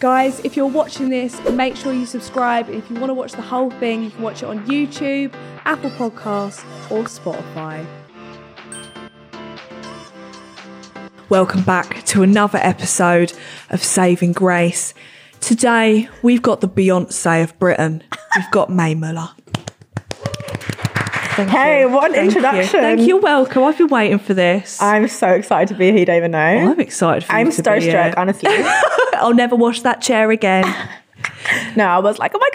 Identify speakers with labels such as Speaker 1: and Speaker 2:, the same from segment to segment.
Speaker 1: Guys, if you're watching this, make sure you subscribe. If you want to watch the whole thing, you can watch it on YouTube, Apple Podcasts, or Spotify. Welcome back to another episode of Saving Grace. Today, we've got the Beyonce of Britain. We've got May Muller. Thank
Speaker 2: Hey, what an
Speaker 1: Thank you.
Speaker 2: introduction.
Speaker 1: Thank you. You're welcome. I've been waiting for this.
Speaker 2: I'm so excited to be here, you don't even know.
Speaker 1: I'm excited for Oh, you
Speaker 2: I'm
Speaker 1: to be here.
Speaker 2: starstruck, honestly.
Speaker 1: I'll never wash that chair again.
Speaker 2: no, I was like, oh my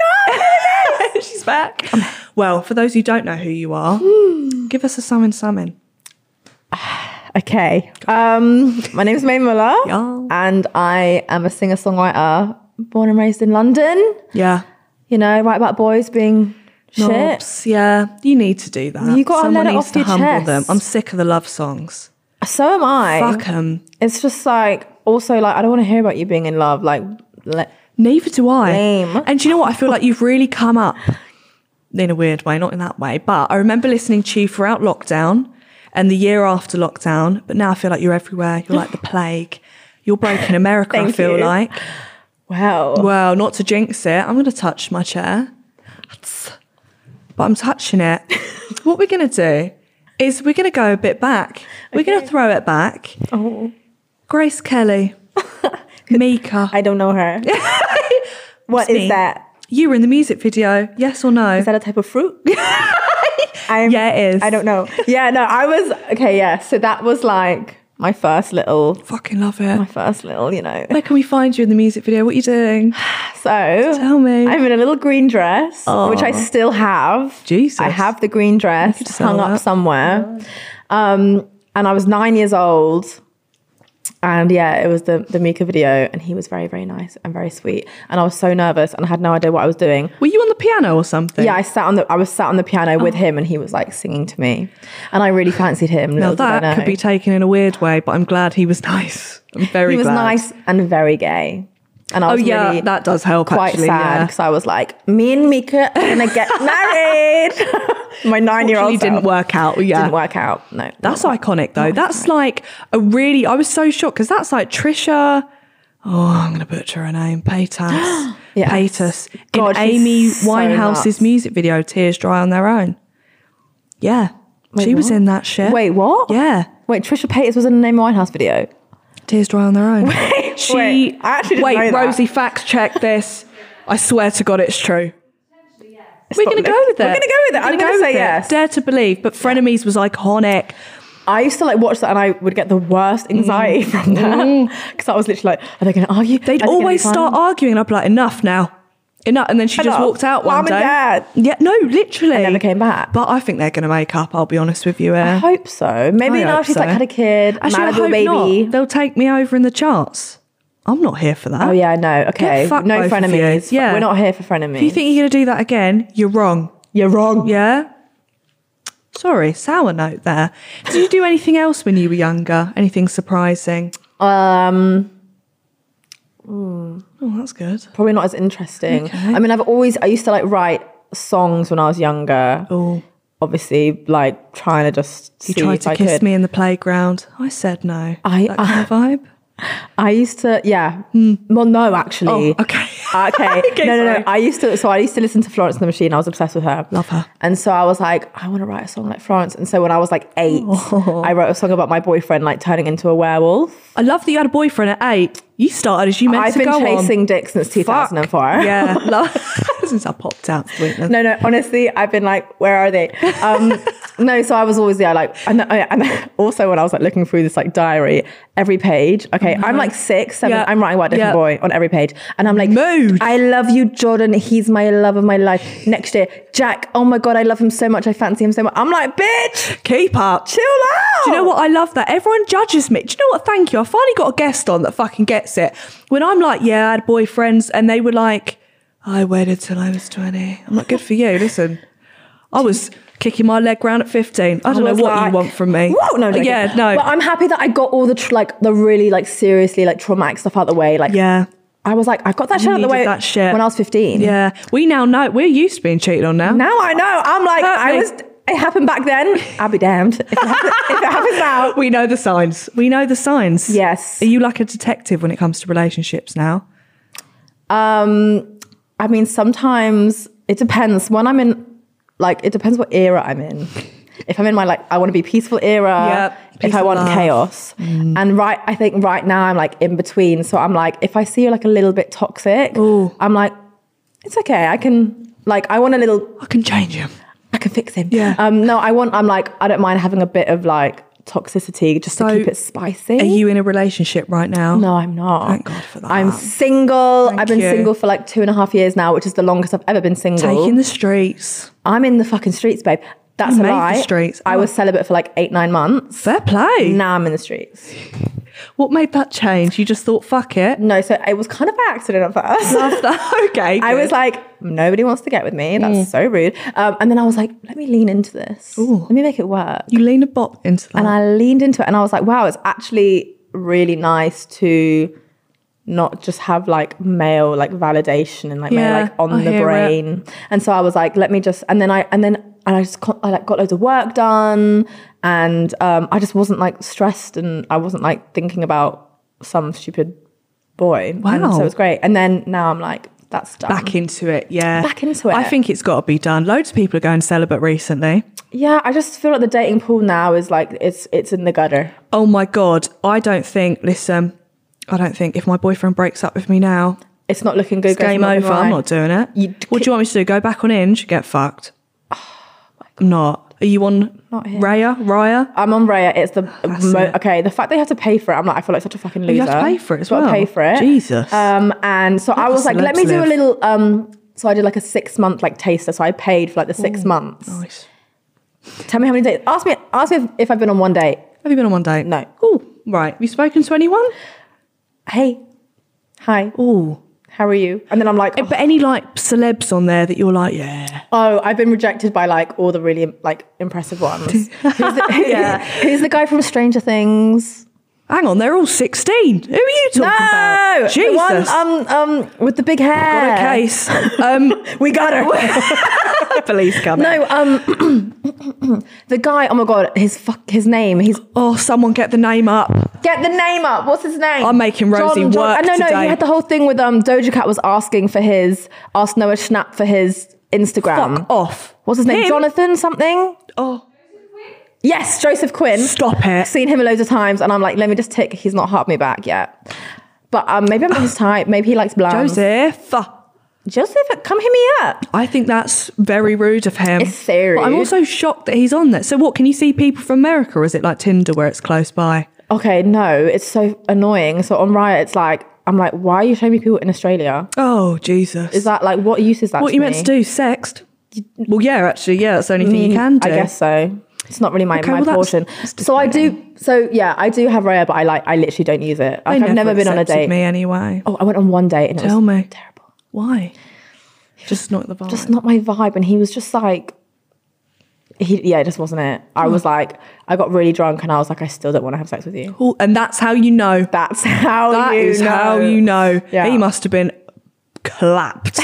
Speaker 2: God.
Speaker 1: She's back. Um, Well, for those who don't know who you are,
Speaker 2: Hmm.
Speaker 1: give us a summon summon.
Speaker 2: Okay. Um, my name's May Muller,
Speaker 1: Yeah.
Speaker 2: and I am a singer songwriter born and raised in London.
Speaker 1: Yeah.
Speaker 2: You know, write about boys being shit.
Speaker 1: Knobs, yeah. You need to do that.
Speaker 2: You gotta
Speaker 1: Someone
Speaker 2: let it
Speaker 1: needs
Speaker 2: off
Speaker 1: to
Speaker 2: your
Speaker 1: humble
Speaker 2: chest.
Speaker 1: them. I'm sick of the love songs.
Speaker 2: So am I.
Speaker 1: Fuck 'em.
Speaker 2: It's just like, also, like, I don't want to hear about you being in love. Like, let,
Speaker 1: Neither do I.
Speaker 2: Lame.
Speaker 1: And do you know what? I feel like you've really come up in a weird way, not in that way, but I remember listening to you throughout lockdown and the year after lockdown, but now I feel like you're everywhere. You're like the plague. You're breaking America, I
Speaker 2: Thank
Speaker 1: feel
Speaker 2: you.
Speaker 1: like.
Speaker 2: wow.
Speaker 1: Well, not to jinx it, I'm going to touch my chair. But I'm touching it. what we're going to do is we're going to go a bit back. We're going to throw it back.
Speaker 2: Oh.
Speaker 1: Grace Kelly, Mika.
Speaker 2: I don't know her. What
Speaker 1: It's
Speaker 2: is
Speaker 1: me.
Speaker 2: that?
Speaker 1: You were in the music video, yes or no?
Speaker 2: Is that a type of fruit? I'm,
Speaker 1: yeah, it is.
Speaker 2: I don't know. Yeah, no, I was okay. Yeah, so that was like my first little,
Speaker 1: fucking love it.
Speaker 2: my first little, you know.
Speaker 1: Where can we find you in the music video? What are you doing?
Speaker 2: So
Speaker 1: Tell me.
Speaker 2: I'm in a little green dress, which I still have.
Speaker 1: Jesus.
Speaker 2: I have the green dress
Speaker 1: could
Speaker 2: hung
Speaker 1: sell
Speaker 2: up
Speaker 1: that. Oh,
Speaker 2: somewhere. Um, and I was nine years old. And yeah, it was the, the Mika video, and he was very, very nice and very sweet. And I was so nervous, and I had no idea what I was doing.
Speaker 1: Were you on the piano or something?
Speaker 2: Yeah, I sat on the I was sat on the piano
Speaker 1: Oh.
Speaker 2: with him, and he was like singing to me, and I really fancied him.
Speaker 1: Now
Speaker 2: little did I
Speaker 1: that could
Speaker 2: know.
Speaker 1: be taken in a weird way, but I'm glad he was nice. I'm very
Speaker 2: he was
Speaker 1: glad.
Speaker 2: nice and very gay. And I
Speaker 1: Oh
Speaker 2: was
Speaker 1: yeah,
Speaker 2: really
Speaker 1: that does help.
Speaker 2: quite
Speaker 1: actually,
Speaker 2: sad
Speaker 1: yeah.
Speaker 2: because I was like, me and Mika are gonna get married. My nine year
Speaker 1: Actually
Speaker 2: old
Speaker 1: didn't work out. Yeah,
Speaker 2: Didn't work out. No,
Speaker 1: That's
Speaker 2: not-
Speaker 1: iconic though. That's like a really. I was so shocked because that's like Trisha. Oh, I'm gonna butcher her name. Paytas.
Speaker 2: Yes.
Speaker 1: Paytas
Speaker 2: God,
Speaker 1: in
Speaker 2: she's
Speaker 1: Amy
Speaker 2: so
Speaker 1: Winehouse's
Speaker 2: nuts.
Speaker 1: music video "Tears Dry on Their Own." Yeah, she was
Speaker 2: what?
Speaker 1: in that shit.
Speaker 2: Wait, what?
Speaker 1: Yeah,
Speaker 2: Wait, Trisha Paytas was in an Amy Winehouse video.
Speaker 1: "Tears Dry on Their Own." she.
Speaker 2: wait, I actually didn't
Speaker 1: wait,
Speaker 2: know that.
Speaker 1: Rosie, fact check this. I swear to God, it's true. We're
Speaker 2: not
Speaker 1: gonna go
Speaker 2: look-
Speaker 1: with it.
Speaker 2: we're gonna go with it.
Speaker 1: We're
Speaker 2: I'm gonna
Speaker 1: with
Speaker 2: say
Speaker 1: it.
Speaker 2: yes.
Speaker 1: Dare to believe, but Frenemies was iconic.
Speaker 2: I used to like watch that, and I would get the worst
Speaker 1: Mm-hmm.
Speaker 2: anxiety from that because I was literally like, "Are they gonna argue?"
Speaker 1: They'd always start arguing, and I'd be like, "Enough now, enough!" And then she just
Speaker 2: Enough.
Speaker 1: walked out one
Speaker 2: Mum and
Speaker 1: day.
Speaker 2: Dad.
Speaker 1: Yeah, no, literally.
Speaker 2: And never came back.
Speaker 1: But I think they're going to make up. I'll be honest with you.
Speaker 2: I
Speaker 1: Air.
Speaker 2: hope so. Maybe
Speaker 1: I
Speaker 2: now
Speaker 1: hope
Speaker 2: she's like
Speaker 1: so.
Speaker 2: had a kid,
Speaker 1: Actually, I
Speaker 2: married with
Speaker 1: hope
Speaker 2: a baby.
Speaker 1: not. They'll take me over in the charts. I'm not here for that.
Speaker 2: Oh yeah, I know. Okay,
Speaker 1: fucked,
Speaker 2: no
Speaker 1: both of you.
Speaker 2: frenemies.
Speaker 1: Yeah.
Speaker 2: we're not here for frenemies.
Speaker 1: If you think you're going to do that again, you're wrong.
Speaker 2: you're wrong?
Speaker 1: Yeah. Sorry, sour note there. Did you do anything else when you were younger? Anything surprising?
Speaker 2: Um,
Speaker 1: Oh, that's good.
Speaker 2: probably not as interesting. I mean, I've always I used to like write songs when I was younger.
Speaker 1: Oh,
Speaker 2: Obviously, like trying to just
Speaker 1: you
Speaker 2: see
Speaker 1: tried
Speaker 2: if
Speaker 1: to
Speaker 2: I
Speaker 1: kiss
Speaker 2: could.
Speaker 1: me in the playground. I said no.
Speaker 2: I- uh,
Speaker 1: that kind of vibe.
Speaker 2: I used to, yeah. Well, no, actually.
Speaker 1: Hmm. Oh, okay.
Speaker 2: Uh, okay.
Speaker 1: Okay,
Speaker 2: No, no, no.
Speaker 1: sorry.
Speaker 2: I used to. So I used to listen to Florence and the Machine. I was obsessed with her.
Speaker 1: Love her.
Speaker 2: And so I was like, I want to write a song like Florence. And so when I was like eight,
Speaker 1: Oh.
Speaker 2: I wrote a song about my boyfriend like turning into a werewolf.
Speaker 1: I love that you had a boyfriend at eight. You started as you meant
Speaker 2: I've
Speaker 1: to
Speaker 2: been
Speaker 1: go on.
Speaker 2: chasing dick since two
Speaker 1: Fuck.
Speaker 2: thousand and four.
Speaker 1: Yeah, love. since I popped out. Wait, no.
Speaker 2: No, no. Honestly, I've been like, where are they? Um, no, so I was always there. Like, and, and also when I was like looking through this like diary, every page. Okay, I'm like six, seven.
Speaker 1: Uh-huh. Yeah.
Speaker 2: I'm writing about a different
Speaker 1: Yeah.
Speaker 2: boy on every page, and I'm like,
Speaker 1: Mood.
Speaker 2: I love you, Jordan. He's my love of my life. Next year, Jack. Oh my god, I love him so much. I fancy him so much. I'm like, bitch,
Speaker 1: Keep up.
Speaker 2: chill out.
Speaker 1: Do you know what? I love that. Everyone judges me. Do you know what? Thank you. I finally got a guest on that fucking gets it. When I'm like, yeah, I had boyfriends, and they were like, I waited till I was 20. I'm not good for you. Listen, I was kicking my leg round at 15. I don't know
Speaker 2: was
Speaker 1: what
Speaker 2: like,
Speaker 1: you want from me.
Speaker 2: Whoa, no,
Speaker 1: Uh,
Speaker 2: joking.
Speaker 1: yeah, no.
Speaker 2: But I'm happy that I got all the tr- like the really like seriously like traumatic stuff out the way. Like,
Speaker 1: yeah.
Speaker 2: I was like, I got that shit out the
Speaker 1: needed
Speaker 2: way
Speaker 1: that shit.
Speaker 2: when I was 15.
Speaker 1: Yeah. We now know. We're used to being cheated on now.
Speaker 2: Now I know. I'm like,
Speaker 1: Hurt
Speaker 2: I
Speaker 1: me.
Speaker 2: was. It happened back then. I'll be damned if it happens, if it happens now.
Speaker 1: We know the signs. We know the signs.
Speaker 2: Yes.
Speaker 1: Are you like a detective when it comes to relationships now?
Speaker 2: Um, I mean, sometimes it depends. When I'm in, like, it depends what era I'm in. If I'm in my like, I want to be peaceful era.
Speaker 1: Yep.
Speaker 2: if
Speaker 1: Peace
Speaker 2: I
Speaker 1: and
Speaker 2: want
Speaker 1: love. Mm.
Speaker 2: chaos, and right, I think right now I'm like in between. So I'm like, if I see you like a little bit toxic,
Speaker 1: Ooh.
Speaker 2: I'm like, it's okay. I can like, I want a little
Speaker 1: I can change him.
Speaker 2: I can fix him.
Speaker 1: Yeah.
Speaker 2: Um, no, I want. I'm like, I don't mind having a bit of like toxicity just
Speaker 1: So,
Speaker 2: to keep it spicy.
Speaker 1: Are you in a relationship right now?
Speaker 2: No, I'm not.
Speaker 1: Thank God for that.
Speaker 2: I'm single.
Speaker 1: Thank
Speaker 2: I've been
Speaker 1: you.
Speaker 2: single for like two and a half years now, which is the longest I've ever been single.
Speaker 1: Taking the streets.
Speaker 2: I'm in the fucking streets, babe. That's
Speaker 1: You
Speaker 2: a
Speaker 1: made the
Speaker 2: lie.
Speaker 1: streets.
Speaker 2: I
Speaker 1: Oh.
Speaker 2: was celibate for like eight, nine months.
Speaker 1: Fair play.
Speaker 2: Now I'm in the streets.
Speaker 1: What made that change? You just thought, fuck it.
Speaker 2: No, so it was kind of by accident at first.
Speaker 1: Love that. Okay.
Speaker 2: I
Speaker 1: good. Mm.
Speaker 2: was like, nobody wants to get with me. That's so rude. Um, and then I was like, let me lean into this. Let me make it work.
Speaker 1: you lean a bop into that.
Speaker 2: and I leaned into it and I was like, wow, it's actually really nice to not just have like male like validation and like
Speaker 1: Yeah,
Speaker 2: male like on
Speaker 1: I
Speaker 2: the
Speaker 1: hear it.
Speaker 2: brain. And so I was like, let me just and then I and then and I just co- I like got loads of work done and um I just wasn't like stressed and I wasn't like thinking about some stupid boy. And so
Speaker 1: Wow.
Speaker 2: it was great. And then now I'm like, that's done.
Speaker 1: back into it, yeah.
Speaker 2: Back into it.
Speaker 1: I think it's got to be done. Loads of people are going celibate recently.
Speaker 2: Yeah, I just feel like the dating pool now is like it's it's in the gutter.
Speaker 1: Oh my god, I don't think. Listen, I don't think if my boyfriend breaks up with me now,
Speaker 2: It's not looking good.
Speaker 1: it's game
Speaker 2: guys, I'm not
Speaker 1: over.
Speaker 2: gonna
Speaker 1: I'm
Speaker 2: lie.
Speaker 1: not doing it.
Speaker 2: You- Oh
Speaker 1: what do you want me to do? Go back on Inge? Get fucked? I'm not. Are you on
Speaker 2: Not here.
Speaker 1: Raya? Raya?
Speaker 2: I'm on Raya. It's the mo-
Speaker 1: Ah, it.
Speaker 2: okay. The fact they have to pay for it, I'm like, I feel like such a fucking loser.
Speaker 1: you have to pay for it as
Speaker 2: Gotta
Speaker 1: well.
Speaker 2: Pay for it,
Speaker 1: Jesus.
Speaker 2: Um, and so I was
Speaker 1: the
Speaker 2: like, let me
Speaker 1: celebs
Speaker 2: do a
Speaker 1: live.
Speaker 2: little. Um, so I did like a six month like taster. So I paid for like the six months.
Speaker 1: Nice.
Speaker 2: Tell me how many days. Ask me. Ask me if, if I've been on one date.
Speaker 1: Have you been on one date?
Speaker 2: No.
Speaker 1: Oh, right. Have you spoken to anyone?
Speaker 2: Hey, hi.
Speaker 1: Oh.
Speaker 2: How are you? And then I'm like,
Speaker 1: But any like celebs on there that you're like, yeah.
Speaker 2: oh, I've been rejected by like all the really like impressive ones. who's, the,
Speaker 1: Yeah.
Speaker 2: who's the guy from Stranger Things?
Speaker 1: Hang on, they're all 16. Who are you talking about?
Speaker 2: No,
Speaker 1: Jesus.
Speaker 2: the one um um with the big
Speaker 1: Got
Speaker 2: hair.
Speaker 1: a case. Um,
Speaker 2: we got her.
Speaker 1: police coming.
Speaker 2: No, um, the guy. Oh my god, his fuck, his name. He's
Speaker 1: Oh, someone get the name up.
Speaker 2: get the name up. What's his name?
Speaker 1: I'm making Rosie work
Speaker 2: uh, No, no,
Speaker 1: today.
Speaker 2: he had the whole thing with um Doja Cat was asking for his asked Noah Schnapp for his Instagram.
Speaker 1: Fuck off.
Speaker 2: Hmm? What's his name?
Speaker 1: Him?
Speaker 2: Jonathan something.
Speaker 1: Oh,
Speaker 2: Yes, Joseph Quinn.
Speaker 1: stop it.
Speaker 2: Seen him loads of times, and I'm like, let me just tick. He's not hard me back yet. But um, maybe I'm not his type. Maybe he likes blondes.
Speaker 1: Joseph. Ah,
Speaker 2: Joseph, come hit me up.
Speaker 1: I think that's very rude of him.
Speaker 2: It's so
Speaker 1: But I'm
Speaker 2: rude.
Speaker 1: also shocked that he's on there. So what, can you see people from America or is it like Tinder where it's close by?
Speaker 2: Okay, no, it's so annoying. So on Riot, it's like, I'm like, why are you showing me people in Australia?
Speaker 1: Oh, Jesus.
Speaker 2: Is that like, what use is that?
Speaker 1: what you meant to do? Sext? Well, yeah, actually, yeah, that's the only thing you can do.
Speaker 2: Mm, I guess so. It's not really my,
Speaker 1: Okay,
Speaker 2: my
Speaker 1: well, that's-
Speaker 2: portion.
Speaker 1: that's
Speaker 2: So I do, so yeah, I do have Riot, but I like, I literally don't use it.
Speaker 1: They
Speaker 2: Like, I've never been on a
Speaker 1: accepted
Speaker 2: date.
Speaker 1: me anyway.
Speaker 2: Oh, I went on one date and it
Speaker 1: Tell
Speaker 2: was
Speaker 1: me.
Speaker 2: terrible.
Speaker 1: Why? Just not the vibe.
Speaker 2: Just not my vibe. And he was just like, he, yeah, it just wasn't it. I was like, I got really drunk and I was like, I still don't want to have sex with you.
Speaker 1: Ooh, and that's how you know.
Speaker 2: That's how
Speaker 1: That
Speaker 2: you
Speaker 1: is
Speaker 2: know.
Speaker 1: how you know.
Speaker 2: Yeah.
Speaker 1: He must have been clapped.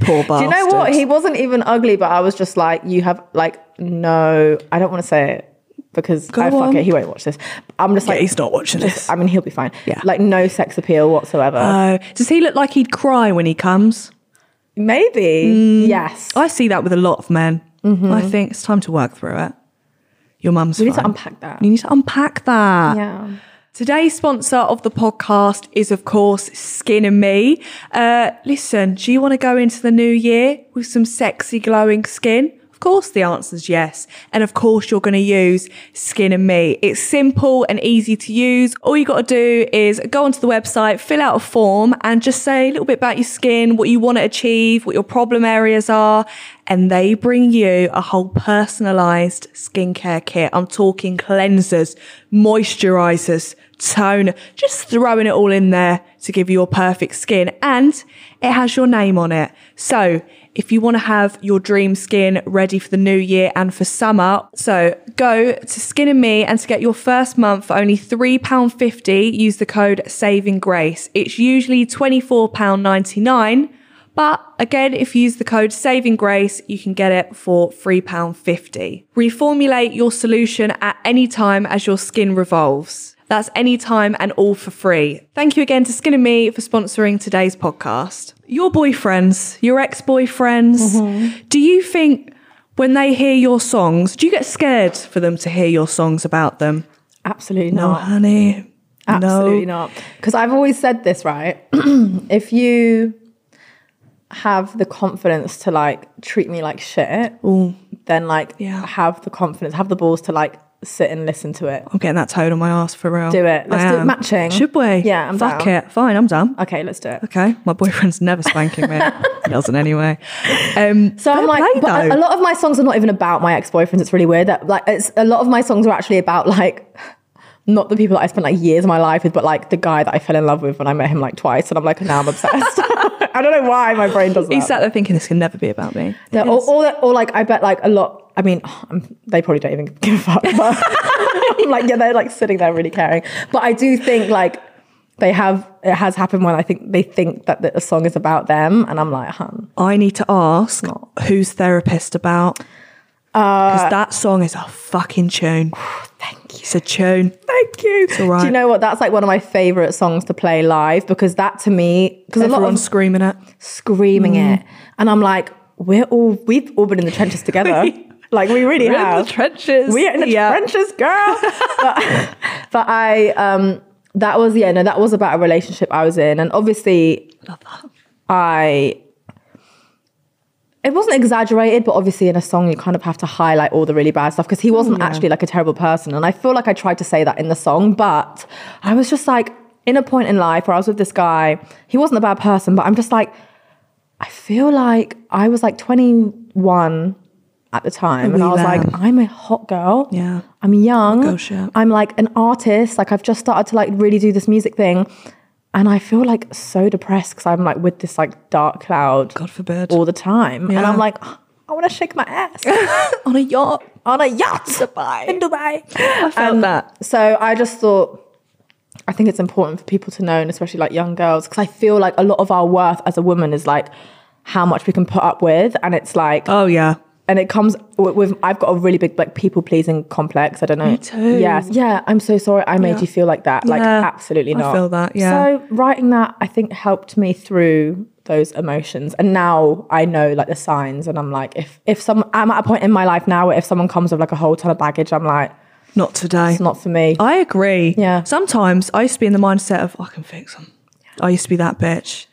Speaker 1: Poor bastard.
Speaker 2: Do you know what? He wasn't even ugly, but I was just like, you have like no, I don't want to say it because I fuck
Speaker 1: on.
Speaker 2: it. He won't watch this. I'm just
Speaker 1: Yeah,
Speaker 2: like,
Speaker 1: he's not watching this.
Speaker 2: I mean, he'll be fine.
Speaker 1: Yeah.
Speaker 2: like no sex appeal whatsoever.
Speaker 1: Oh, does he look like he'd cry when he comes?
Speaker 2: Maybe yes.
Speaker 1: mm, I see that with a lot of men. I think it's time to work through it. Your mum's.
Speaker 2: Mm-hmm. we need to
Speaker 1: fine.
Speaker 2: unpack that.
Speaker 1: You need to unpack that.
Speaker 2: Yeah.
Speaker 1: Today's sponsor of the podcast is, of course, Skin and Me. Uh, listen, do you want to go into the new year with some sexy, glowing skin? Of course, the answer is yes. And of course, you're going to use Skin and Me. It's simple and easy to use. All you got to do is go onto the website, fill out a form, and just say a little bit about your skin, what you want to achieve, what your problem areas are, and they bring you a whole personalized skincare kit. I'm talking cleansers, moisturizers, toner, just throwing it all in there to give you your perfect skin. And it has your name on it. So if you want to have your dream skin ready for the new year and for summer, so go to Skin and Me and to get your first month for only £3.50, use the code Saving Grace. It's usually £24.99. But again, if you use the code Saving Grace, you can get it for £3.50. Reformulate your solution at any time as your skin revolves. That's any time and all for free. Thank you again to Skin and Me for sponsoring today's podcast. Your boyfriends, your ex boyfriends,
Speaker 2: Mm-hmm.
Speaker 1: do you think when they hear your songs, do you get scared for them to hear your songs about them?
Speaker 2: Absolutely
Speaker 1: No,
Speaker 2: not.
Speaker 1: honey.
Speaker 2: Absolutely
Speaker 1: no.
Speaker 2: not. Because I've always said this, right? if you have the confidence to like treat me like shit, then like
Speaker 1: Yeah.
Speaker 2: have the confidence, have the balls to like sit and listen to it.
Speaker 1: I'm getting that toad on my ass for real.
Speaker 2: Do it. Let's
Speaker 1: I
Speaker 2: do it
Speaker 1: am.
Speaker 2: matching.
Speaker 1: Should we?
Speaker 2: Yeah, I'm
Speaker 1: Fuck
Speaker 2: down.
Speaker 1: it. Fine, I'm done.
Speaker 2: Okay, let's do it.
Speaker 1: Okay, my boyfriend's never spanking me. he doesn't anyway. Um,
Speaker 2: So I'm like,
Speaker 1: play,
Speaker 2: but
Speaker 1: though.
Speaker 2: a lot of my songs are not even about my ex-boyfriends. It's really weird that like it's a lot of my songs are actually about like not the people that I spent like years of my life with, but like the guy that I fell in love with when I met him like twice, and I'm like now I'm obsessed. I don't know why my brain does that.
Speaker 1: He's sat there thinking this can never be about me.
Speaker 2: Yeah, or, or, that- or like I bet like a lot. I mean, I'm, they probably don't even give a fuck. But I'm like, yeah, they're like sitting there really caring. But I do think like they have. It has happened when I think they think that the song is about them, and I'm like, hun.
Speaker 1: I need to ask who's therapist about because that song is a fucking tune.
Speaker 2: Uh, Thank you.
Speaker 1: It's a tune.
Speaker 2: Thank you.
Speaker 1: all right.
Speaker 2: Do you know what? That's like one of my favorite songs to play live because that to me, because a lot
Speaker 1: Everyone's Mm.
Speaker 2: of
Speaker 1: screaming it.
Speaker 2: screaming it, and I'm like, we're all we've all been in the trenches together. like we really
Speaker 1: We're in the
Speaker 2: have
Speaker 1: trenches.
Speaker 2: We are in the
Speaker 1: Yeah.
Speaker 2: trenches, girl. but, but I um that was yeah no that was about a relationship I was in, and obviously I. It wasn't exaggerated, but obviously in a song you kind of have to highlight all the really bad stuff because he wasn't actually like a terrible person, and I feel like I tried to say that in the song, but I was just like in a point in life where I was with this guy. He wasn't a bad person, but I'm just like I feel like I was like 21 at the time, and I
Speaker 1: wee
Speaker 2: was like,
Speaker 1: lamb.
Speaker 2: I'm a hot girl.
Speaker 1: Yeah.
Speaker 2: I'm young.
Speaker 1: girl shit.
Speaker 2: I'm like an artist. Like I've just started to like really do this music thing. And I feel like so depressed because I'm like with this like dark cloud
Speaker 1: God forbid.
Speaker 2: all the time. And
Speaker 1: Yeah.
Speaker 2: I'm like, I want to shake my ass
Speaker 1: on a yacht.
Speaker 2: on a yacht
Speaker 1: Dubai.
Speaker 2: in Dubai.
Speaker 1: I felt that.
Speaker 2: So I just thought, I think it's important for people to know, and especially like young girls, because I feel like a lot of our worth as a woman is like how much we can put up with. And it's like,
Speaker 1: Oh yeah.
Speaker 2: and it comes with, with I've got a really big like people pleasing complex. I don't know. Me
Speaker 1: too.
Speaker 2: Yes. Yeah. I'm so sorry. I made you feel like that. Like
Speaker 1: Yeah.
Speaker 2: absolutely
Speaker 1: I
Speaker 2: not.
Speaker 1: feel that, yeah.
Speaker 2: So writing that I think helped me through those emotions, and now I know like the signs, and I'm like, if if some, I'm at a point in my life now where if someone comes with like a whole ton of baggage, I'm like,
Speaker 1: Not today.
Speaker 2: it's not for me.
Speaker 1: I agree.
Speaker 2: Yeah.
Speaker 1: Sometimes I used to be in the mindset of I can fix them. I used to be that bitch.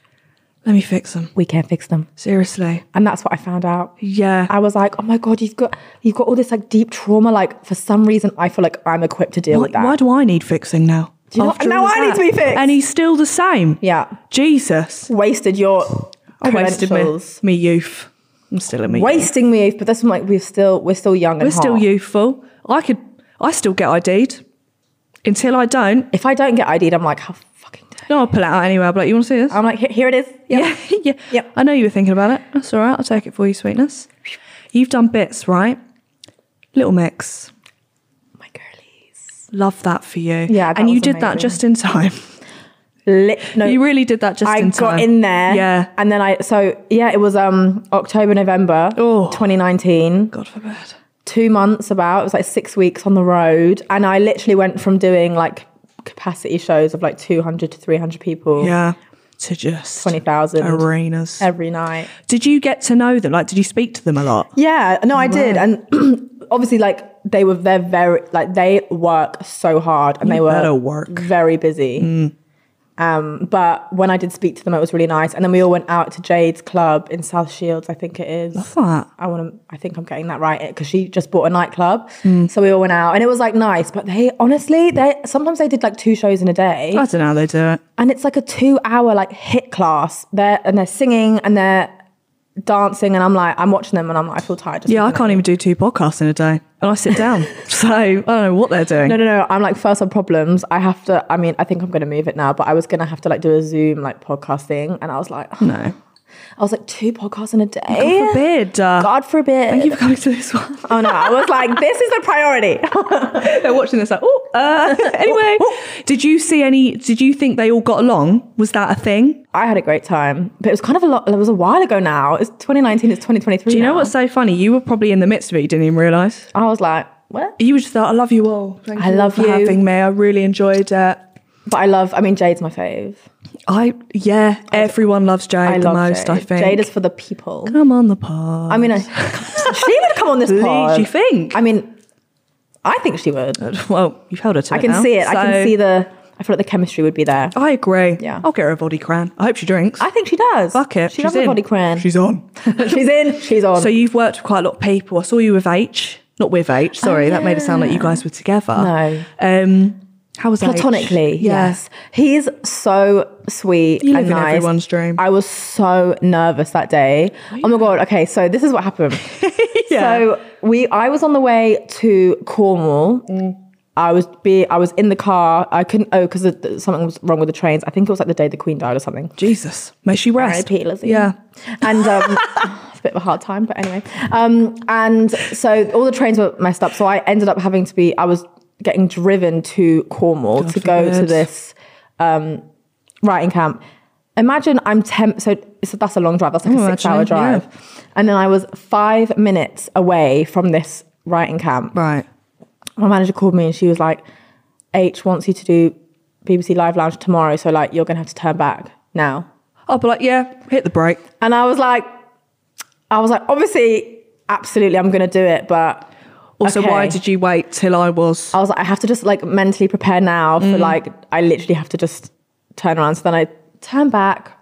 Speaker 1: Let me fix them.
Speaker 2: we can't fix them,
Speaker 1: Seriously.
Speaker 2: and that's what I found out.
Speaker 1: Yeah.
Speaker 2: I was like, oh my god, you've got you've got all this like deep trauma. Like for some reason, I feel like I'm equipped to deal
Speaker 1: Why,
Speaker 2: with that.
Speaker 1: why do I need fixing now?
Speaker 2: you know-
Speaker 1: After
Speaker 2: now
Speaker 1: all of
Speaker 2: I need
Speaker 1: that.
Speaker 2: to be fixed.
Speaker 1: And he's still the same.
Speaker 2: yeah.
Speaker 1: Jesus.
Speaker 2: wasted your
Speaker 1: I Oh, wasted me,
Speaker 2: credentials.
Speaker 1: me youth. I'm still a me. youth.
Speaker 2: Wasting me, but this one like we're still we're still young.
Speaker 1: We're still youthful. I could. I still get ID'd. Until I don't,
Speaker 2: If I don't get ID'd, I'm like, how fucking dare.
Speaker 1: no, I'll pull it out anyway. I'll be like, you want to see this?
Speaker 2: I'm like, here, here it is. Yeah.
Speaker 1: Yeah, yeah.
Speaker 2: Yep.
Speaker 1: I know you were thinking about it. That's all right. I'll take it for you, sweetness. You've done bits, right? Little mix.
Speaker 2: My girlies.
Speaker 1: Love that for you.
Speaker 2: Yeah, that
Speaker 1: and you
Speaker 2: was
Speaker 1: did that
Speaker 2: amazing.
Speaker 1: just in time.
Speaker 2: Lit, no,
Speaker 1: You really did that just
Speaker 2: I
Speaker 1: in time.
Speaker 2: got in there.
Speaker 1: Yeah.
Speaker 2: And then I so yeah, it was um October, November
Speaker 1: Oh.
Speaker 2: 2019.
Speaker 1: God forbid.
Speaker 2: Two months about. It was like six weeks on the road. And I literally went from doing like capacity shows of like 200 to 300 people.
Speaker 1: Yeah. To just
Speaker 2: 20,000
Speaker 1: arenas.
Speaker 2: every night.
Speaker 1: Did you get to know them? Like, did you speak to them a lot?
Speaker 2: Yeah, no, I did, and obviously, like they were, they're very like they work so hard, and they
Speaker 1: better
Speaker 2: were
Speaker 1: work. Mm.
Speaker 2: very busy. Um, but when I did speak to them, it was really nice, and then we all went out to Jade's club in South Shields, I think it is.
Speaker 1: What?
Speaker 2: I want to. I think I'm getting that right because she just bought a nightclub,
Speaker 1: Mm.
Speaker 2: so we all went out, and it was like nice. But they honestly, they sometimes they did like two shows in a day,
Speaker 1: I don't know how they do it.
Speaker 2: and it's like a two-hour like hit class. They're and they're singing and they're dancing, and I'm like, I'm watching them, and I'm like, I feel tired. Just
Speaker 1: Yeah, I
Speaker 2: looking at
Speaker 1: can't even do two podcasts in a day. And I sit down. so I don't know what they're doing.
Speaker 2: No, no, no. I'm like first on problems. I have to. I mean, I think I'm gonna move it now, but I was gonna have to like do a Zoom like podcast thing, and I was like,
Speaker 1: No.
Speaker 2: I was like two podcasts in a day.
Speaker 1: God forbid. Uh,
Speaker 2: God forbid.
Speaker 1: Thank you for coming to this one.
Speaker 2: Oh no! I was like, this is the priority.
Speaker 1: They're watching this like, oh, uh,
Speaker 2: Oh,
Speaker 1: anyway. did you see any, did you think they all got along? Was that a thing?
Speaker 2: I had a great time, but it was kind of a lot. It was a while ago now. It's 2019. It's 2023.
Speaker 1: Do you know what's so funny? You were probably in the midst of it. You didn't even realise.
Speaker 2: I was like, what?
Speaker 1: You were just like, I love you all. Thank
Speaker 2: I
Speaker 1: you all
Speaker 2: love
Speaker 1: for
Speaker 2: you."
Speaker 1: having me. I really enjoyed it.
Speaker 2: But I love. I mean, Jade's my fave.
Speaker 1: I, yeah, everyone loves Jade
Speaker 2: I
Speaker 1: the
Speaker 2: love
Speaker 1: most,
Speaker 2: Jade.
Speaker 1: I think.
Speaker 2: Jade is for the people.
Speaker 1: Come on the pod.
Speaker 2: I mean, I, she would come on this pod.
Speaker 1: Please, you think?
Speaker 2: I mean, I think she would.
Speaker 1: well, you've held her to
Speaker 2: I can
Speaker 1: now,
Speaker 2: see it. I
Speaker 1: so-
Speaker 2: can see the. I feel like the chemistry would be there.
Speaker 1: I agree.
Speaker 2: Yeah.
Speaker 1: I'll get her a body cran. I hope she drinks.
Speaker 2: I think she does.
Speaker 1: Fuck it.
Speaker 2: She
Speaker 1: she's
Speaker 2: loves
Speaker 1: in.
Speaker 2: a body cran.
Speaker 1: She's on.
Speaker 2: She's in. She's on.
Speaker 1: so you've worked with quite a lot of people. I saw you with H. Not with H. Sorry, that made it sound like you guys were together.
Speaker 2: Oh, No.
Speaker 1: Um, how was H?
Speaker 2: Platonically,
Speaker 1: Yeah.
Speaker 2: yes. He's so sweet
Speaker 1: You live
Speaker 2: and
Speaker 1: in
Speaker 2: nice.
Speaker 1: everyone's dream.
Speaker 2: I was so nervous that day. Oh my god. Okay, so this is what happened. So we, I was on the way to Cornwall.
Speaker 1: Mm.
Speaker 2: I was be, I was in the car. I couldn't. Oh, because something was wrong with the trains. I think it was like the day the Queen died or something.
Speaker 1: Jesus, may she rest.
Speaker 2: R.I.P. Lizzie.
Speaker 1: Yeah.
Speaker 2: And um, it's a bit of a hard time, but anyway. Um, and so all the trains were messed up. So I ended up having to be, I was getting driven to Cornwall to go to
Speaker 1: forbid.
Speaker 2: this um, writing camp. Imagine I'm 10, so, so that's a long drive. That's like
Speaker 1: I'm
Speaker 2: a six hour
Speaker 1: imagining, Oh, yeah.
Speaker 2: drive. And then I was five minutes away from this writing camp
Speaker 1: Right.
Speaker 2: my manager called me and she was like, H wants you to do BBC Live Lounge tomorrow, so like you're gonna have to turn back now.
Speaker 1: I'll be like, yeah, hit the brake.
Speaker 2: And I was like, I was like, obviously, absolutely, I'm gonna do it, but
Speaker 1: Also,
Speaker 2: okay.
Speaker 1: why did you wait till I was?
Speaker 2: I was like, I have to just like mentally prepare now for
Speaker 1: Mm.
Speaker 2: like I literally have to just turn around. So then I turn back.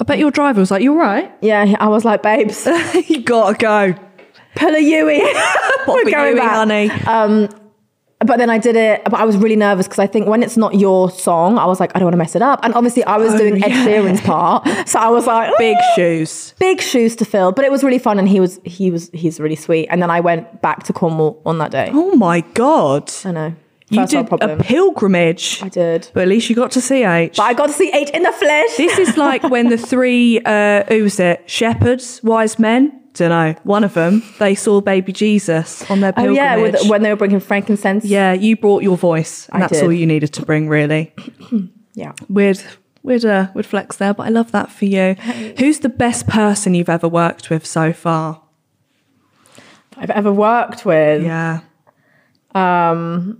Speaker 1: I bet your driver was like, you're right.
Speaker 2: Yeah, I was like, babes,
Speaker 1: you gotta go.
Speaker 2: pull a Yui.
Speaker 1: What
Speaker 2: We're going back.
Speaker 1: honey?
Speaker 2: But then I did it, but I was really nervous because I think when it's not your song, I was like, I don't want to mess it up. And obviously, I was doing Ed
Speaker 1: Oh, yeah.
Speaker 2: Sheeran's part, so I was like,
Speaker 1: Big
Speaker 2: "Ah."
Speaker 1: shoes.
Speaker 2: big shoes to fill, but it was really fun, and he was he was he's really sweet. And then I went back to Cornwall on that day.
Speaker 1: Oh my god.
Speaker 2: I know.
Speaker 1: You
Speaker 2: First
Speaker 1: did
Speaker 2: world problem.
Speaker 1: a pilgrimage.
Speaker 2: I did.
Speaker 1: But at least you got to see H.
Speaker 2: But I got to see H in the flesh.
Speaker 1: this is like when the three, uh, who was it? Shepherds, wise men. Don't know. One of them, they saw baby Jesus on their
Speaker 2: oh
Speaker 1: pilgrimage.
Speaker 2: yeah, with, when they were bringing frankincense.
Speaker 1: Yeah, you brought your voice, and
Speaker 2: I
Speaker 1: that's
Speaker 2: did.
Speaker 1: all you needed to bring, really.
Speaker 2: yeah.
Speaker 1: Weird, weird, uh, weird flex there, but I love that for you. Who's the best person you've ever worked with so far?
Speaker 2: I've ever worked with.
Speaker 1: Yeah. Um.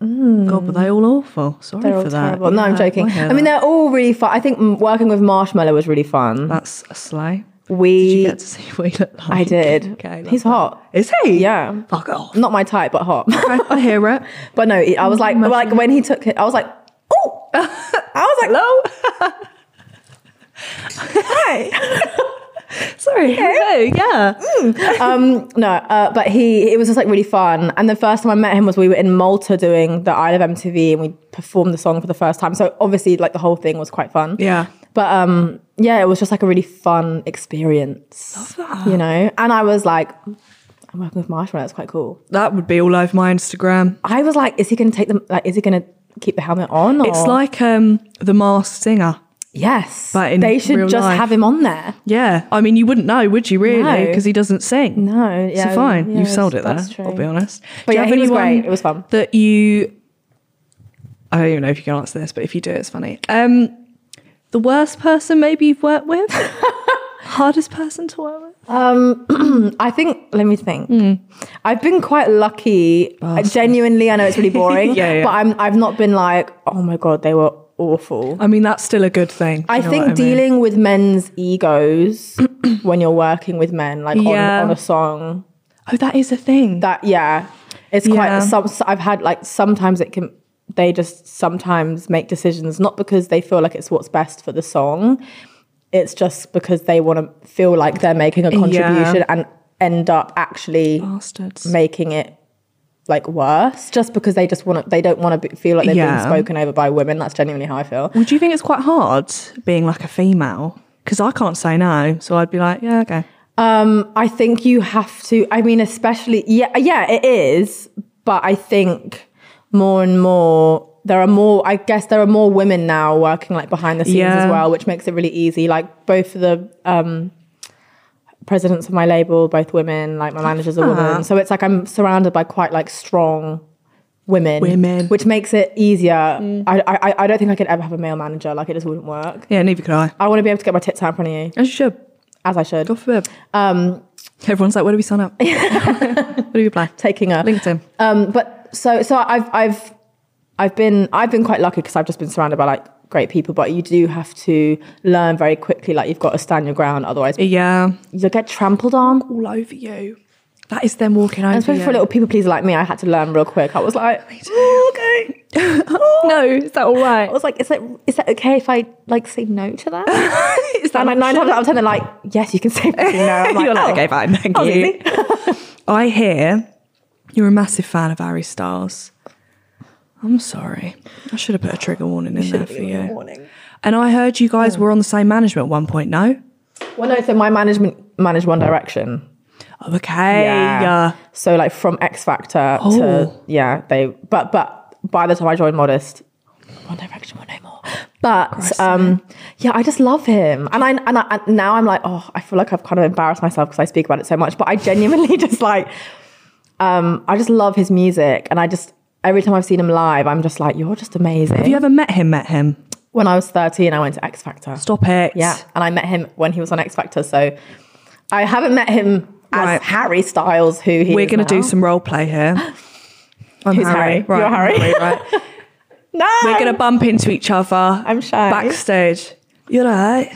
Speaker 1: God, were they all awful? Sorry
Speaker 2: hmm. They're all
Speaker 1: for that.
Speaker 2: terrible. No, I'm
Speaker 1: Yeah,
Speaker 2: joking.
Speaker 1: hear
Speaker 2: I mean,
Speaker 1: that.
Speaker 2: they're all really fun. I think mm, working with Marshmallow was really fun.
Speaker 1: that's a slay.
Speaker 2: we
Speaker 1: Did you get to see what he looked like?
Speaker 2: I did.
Speaker 1: Okay, love
Speaker 2: He's
Speaker 1: that.
Speaker 2: hot.
Speaker 1: Is he?
Speaker 2: Yeah.
Speaker 1: Fuck off.
Speaker 2: Not my type, but hot.
Speaker 1: I hear it.
Speaker 2: but no, I was like, like when he took it, I was like, oh, I was like,
Speaker 1: Hello.
Speaker 2: hi.
Speaker 1: Sorry. Hello. Yeah.
Speaker 2: No, uh, but he it was just like really fun. And the first time I met him was we were in Malta doing the Isle of MTV and we performed the song for the first time. So obviously like the whole thing was quite fun.
Speaker 1: Yeah.
Speaker 2: But um yeah, it was just like a really fun experience. You know? And I was like, I'm working with Marshmallow, that's quite cool.
Speaker 1: That would be all over my Instagram.
Speaker 2: I was like, is he gonna take them like is he gonna keep the helmet on? Or?
Speaker 1: It's like um the Masked Singer.
Speaker 2: Yes.
Speaker 1: but in
Speaker 2: they should
Speaker 1: real
Speaker 2: just
Speaker 1: life.
Speaker 2: have him on there.
Speaker 1: Yeah. I mean, you wouldn't know, would you? Really?
Speaker 2: No.
Speaker 1: Because he doesn't sing.
Speaker 2: No, yeah.
Speaker 1: so fine.
Speaker 2: yeah,
Speaker 1: You've sold it there.
Speaker 2: that's true.
Speaker 1: I'll be honest. Do
Speaker 2: But
Speaker 1: you
Speaker 2: yeah,
Speaker 1: have
Speaker 2: he was
Speaker 1: anyone
Speaker 2: great. It was fun.
Speaker 1: That you, I don't even know if you can answer this, but if you do, it's funny. Um, the worst person maybe you've worked with, hardest person to work with.
Speaker 2: I think, let me think.
Speaker 1: Hmm.
Speaker 2: I've been quite lucky. Genuinely, I know it's really boring,
Speaker 1: Oh, Yeah, yeah.
Speaker 2: but I'm, I've not been like, oh my God, they were awful.
Speaker 1: I mean, that's still a good thing. Do
Speaker 2: I
Speaker 1: you know
Speaker 2: think
Speaker 1: what mean?
Speaker 2: dealing with men's egos when you're working with men, like
Speaker 1: Yeah.
Speaker 2: on, on a song,
Speaker 1: Oh, that is a thing.
Speaker 2: that, yeah, it's
Speaker 1: Yeah.
Speaker 2: quite, some, so I've had like, sometimes it can, they just sometimes make decisions, not because they feel like it's what's best for the song. It's just because they want to feel like they're making a contribution and end up actually
Speaker 1: Bastards.
Speaker 2: making it like worse just because they just want to they don't want to feel like they're
Speaker 1: Yeah.
Speaker 2: being spoken over by women that's genuinely how i feel
Speaker 1: Would you think it's quite hard being like a female? because I can't say no. So I'd be like, yeah, okay.
Speaker 2: Um, I think you have to. I mean, especially yeah, yeah, it is. But I think more and more there are more. I guess there are more women now working like behind the scenes as
Speaker 1: Yeah.
Speaker 2: well, which makes it really easy. Like both of the um, presidents of my label, both women. Like my manager's a
Speaker 1: Ah.
Speaker 2: woman, so it's like I'm surrounded by quite like strong women,
Speaker 1: Women. Mm.
Speaker 2: which makes it easier. I, I I don't think I could ever have a male manager. Like it just wouldn't work.
Speaker 1: Yeah, neither could I.
Speaker 2: I want to be able to get my tits out in front of you,
Speaker 1: As you should.
Speaker 2: as I should.
Speaker 1: God forbid. Um, Everyone's like, where do we sign up? where do we apply?
Speaker 2: Taking a
Speaker 1: LinkedIn.
Speaker 2: Um, but so so I've I've I've been I've been quite lucky because I've just been surrounded by like great people. But you do have to learn very quickly. Like you've got to stand your ground, otherwise
Speaker 1: Yeah.
Speaker 2: you'll get trampled on.
Speaker 1: All over you. uh, That is them walking over
Speaker 2: And especially
Speaker 1: you.
Speaker 2: for a little people pleaser like me, I had to learn real quick. I Oh, was like,
Speaker 1: too. Okay. no, is that all right?
Speaker 2: I was like, is that is that okay if I like say no to that?
Speaker 1: is that
Speaker 2: and like nine times out of ten, they're like, yes, you can say no. I'm like,
Speaker 1: You're like,
Speaker 2: oh,
Speaker 1: okay, fine, thank
Speaker 2: that was
Speaker 1: you.
Speaker 2: easy."
Speaker 1: I hear you're a massive fan of Harry Styles. I'm sorry. I should have put a trigger warning in there for you. And I heard you guys were on the same management at one point, no?
Speaker 2: Well, no. So my management managed One Direction.
Speaker 1: Oh, okay.
Speaker 2: Yeah.
Speaker 1: Yeah.
Speaker 2: So like from X Factor to
Speaker 1: Oh.
Speaker 2: yeah, they but but by the time I joined Modest, One Direction were no more. But um, yeah, I just love him, and I and, I, and now I'm like, oh, I feel like I've kind of embarrassed myself because I speak about it so much, but I genuinely just like, um, I just love his music, and I just every time I've seen him live, I'm just like, you're just amazing.
Speaker 1: Have you ever met him? Met him?
Speaker 2: when I was 13, I went to X Factor.
Speaker 1: Stop it.
Speaker 2: Yeah, and I met him when he was on X Factor, so I haven't met him. As
Speaker 1: Right.
Speaker 2: Harry Styles, who he
Speaker 1: We're
Speaker 2: is
Speaker 1: going to do
Speaker 2: now.
Speaker 1: some role play here. I'm
Speaker 2: Who's Harry?
Speaker 1: Right.
Speaker 2: You're
Speaker 1: I'm
Speaker 2: Harry?
Speaker 1: right.
Speaker 2: No,
Speaker 1: We're going to bump into each other. I'm
Speaker 2: shy.
Speaker 1: Backstage. You're right.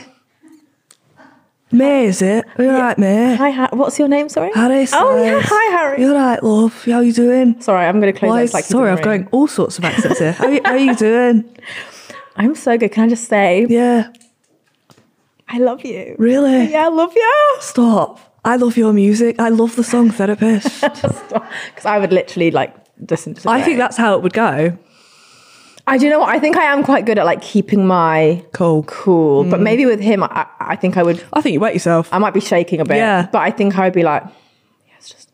Speaker 1: Me, is it? You're right, me.
Speaker 2: Hi, ha- what's your name? Sorry,
Speaker 1: Harry Styles.
Speaker 2: Oh yeah, hi Harry.
Speaker 1: You're right, love. How you doing?
Speaker 2: Sorry, I'm going to close.
Speaker 1: Why,
Speaker 2: those, like,
Speaker 1: sorry, I'm
Speaker 2: he's in the room.
Speaker 1: going all sorts of accents here. How, you- how you doing?
Speaker 2: I'm so good. Can I just say,
Speaker 1: Yeah,
Speaker 2: I love you.
Speaker 1: really?
Speaker 2: Yeah, I love you.
Speaker 1: Stop. I love your music. I love the song Therapist.
Speaker 2: Because I would literally like listen to.
Speaker 1: I
Speaker 2: it.
Speaker 1: think that's how it would go.
Speaker 2: I do you know what I think. I am quite good at like keeping my
Speaker 1: Cool.
Speaker 2: cool,
Speaker 1: Mm.
Speaker 2: but maybe with him, I, I think I would.
Speaker 1: I think you wet yourself.
Speaker 2: I might be shaking a bit.
Speaker 1: Yeah.
Speaker 2: but I think I'd be like, yeah, it's just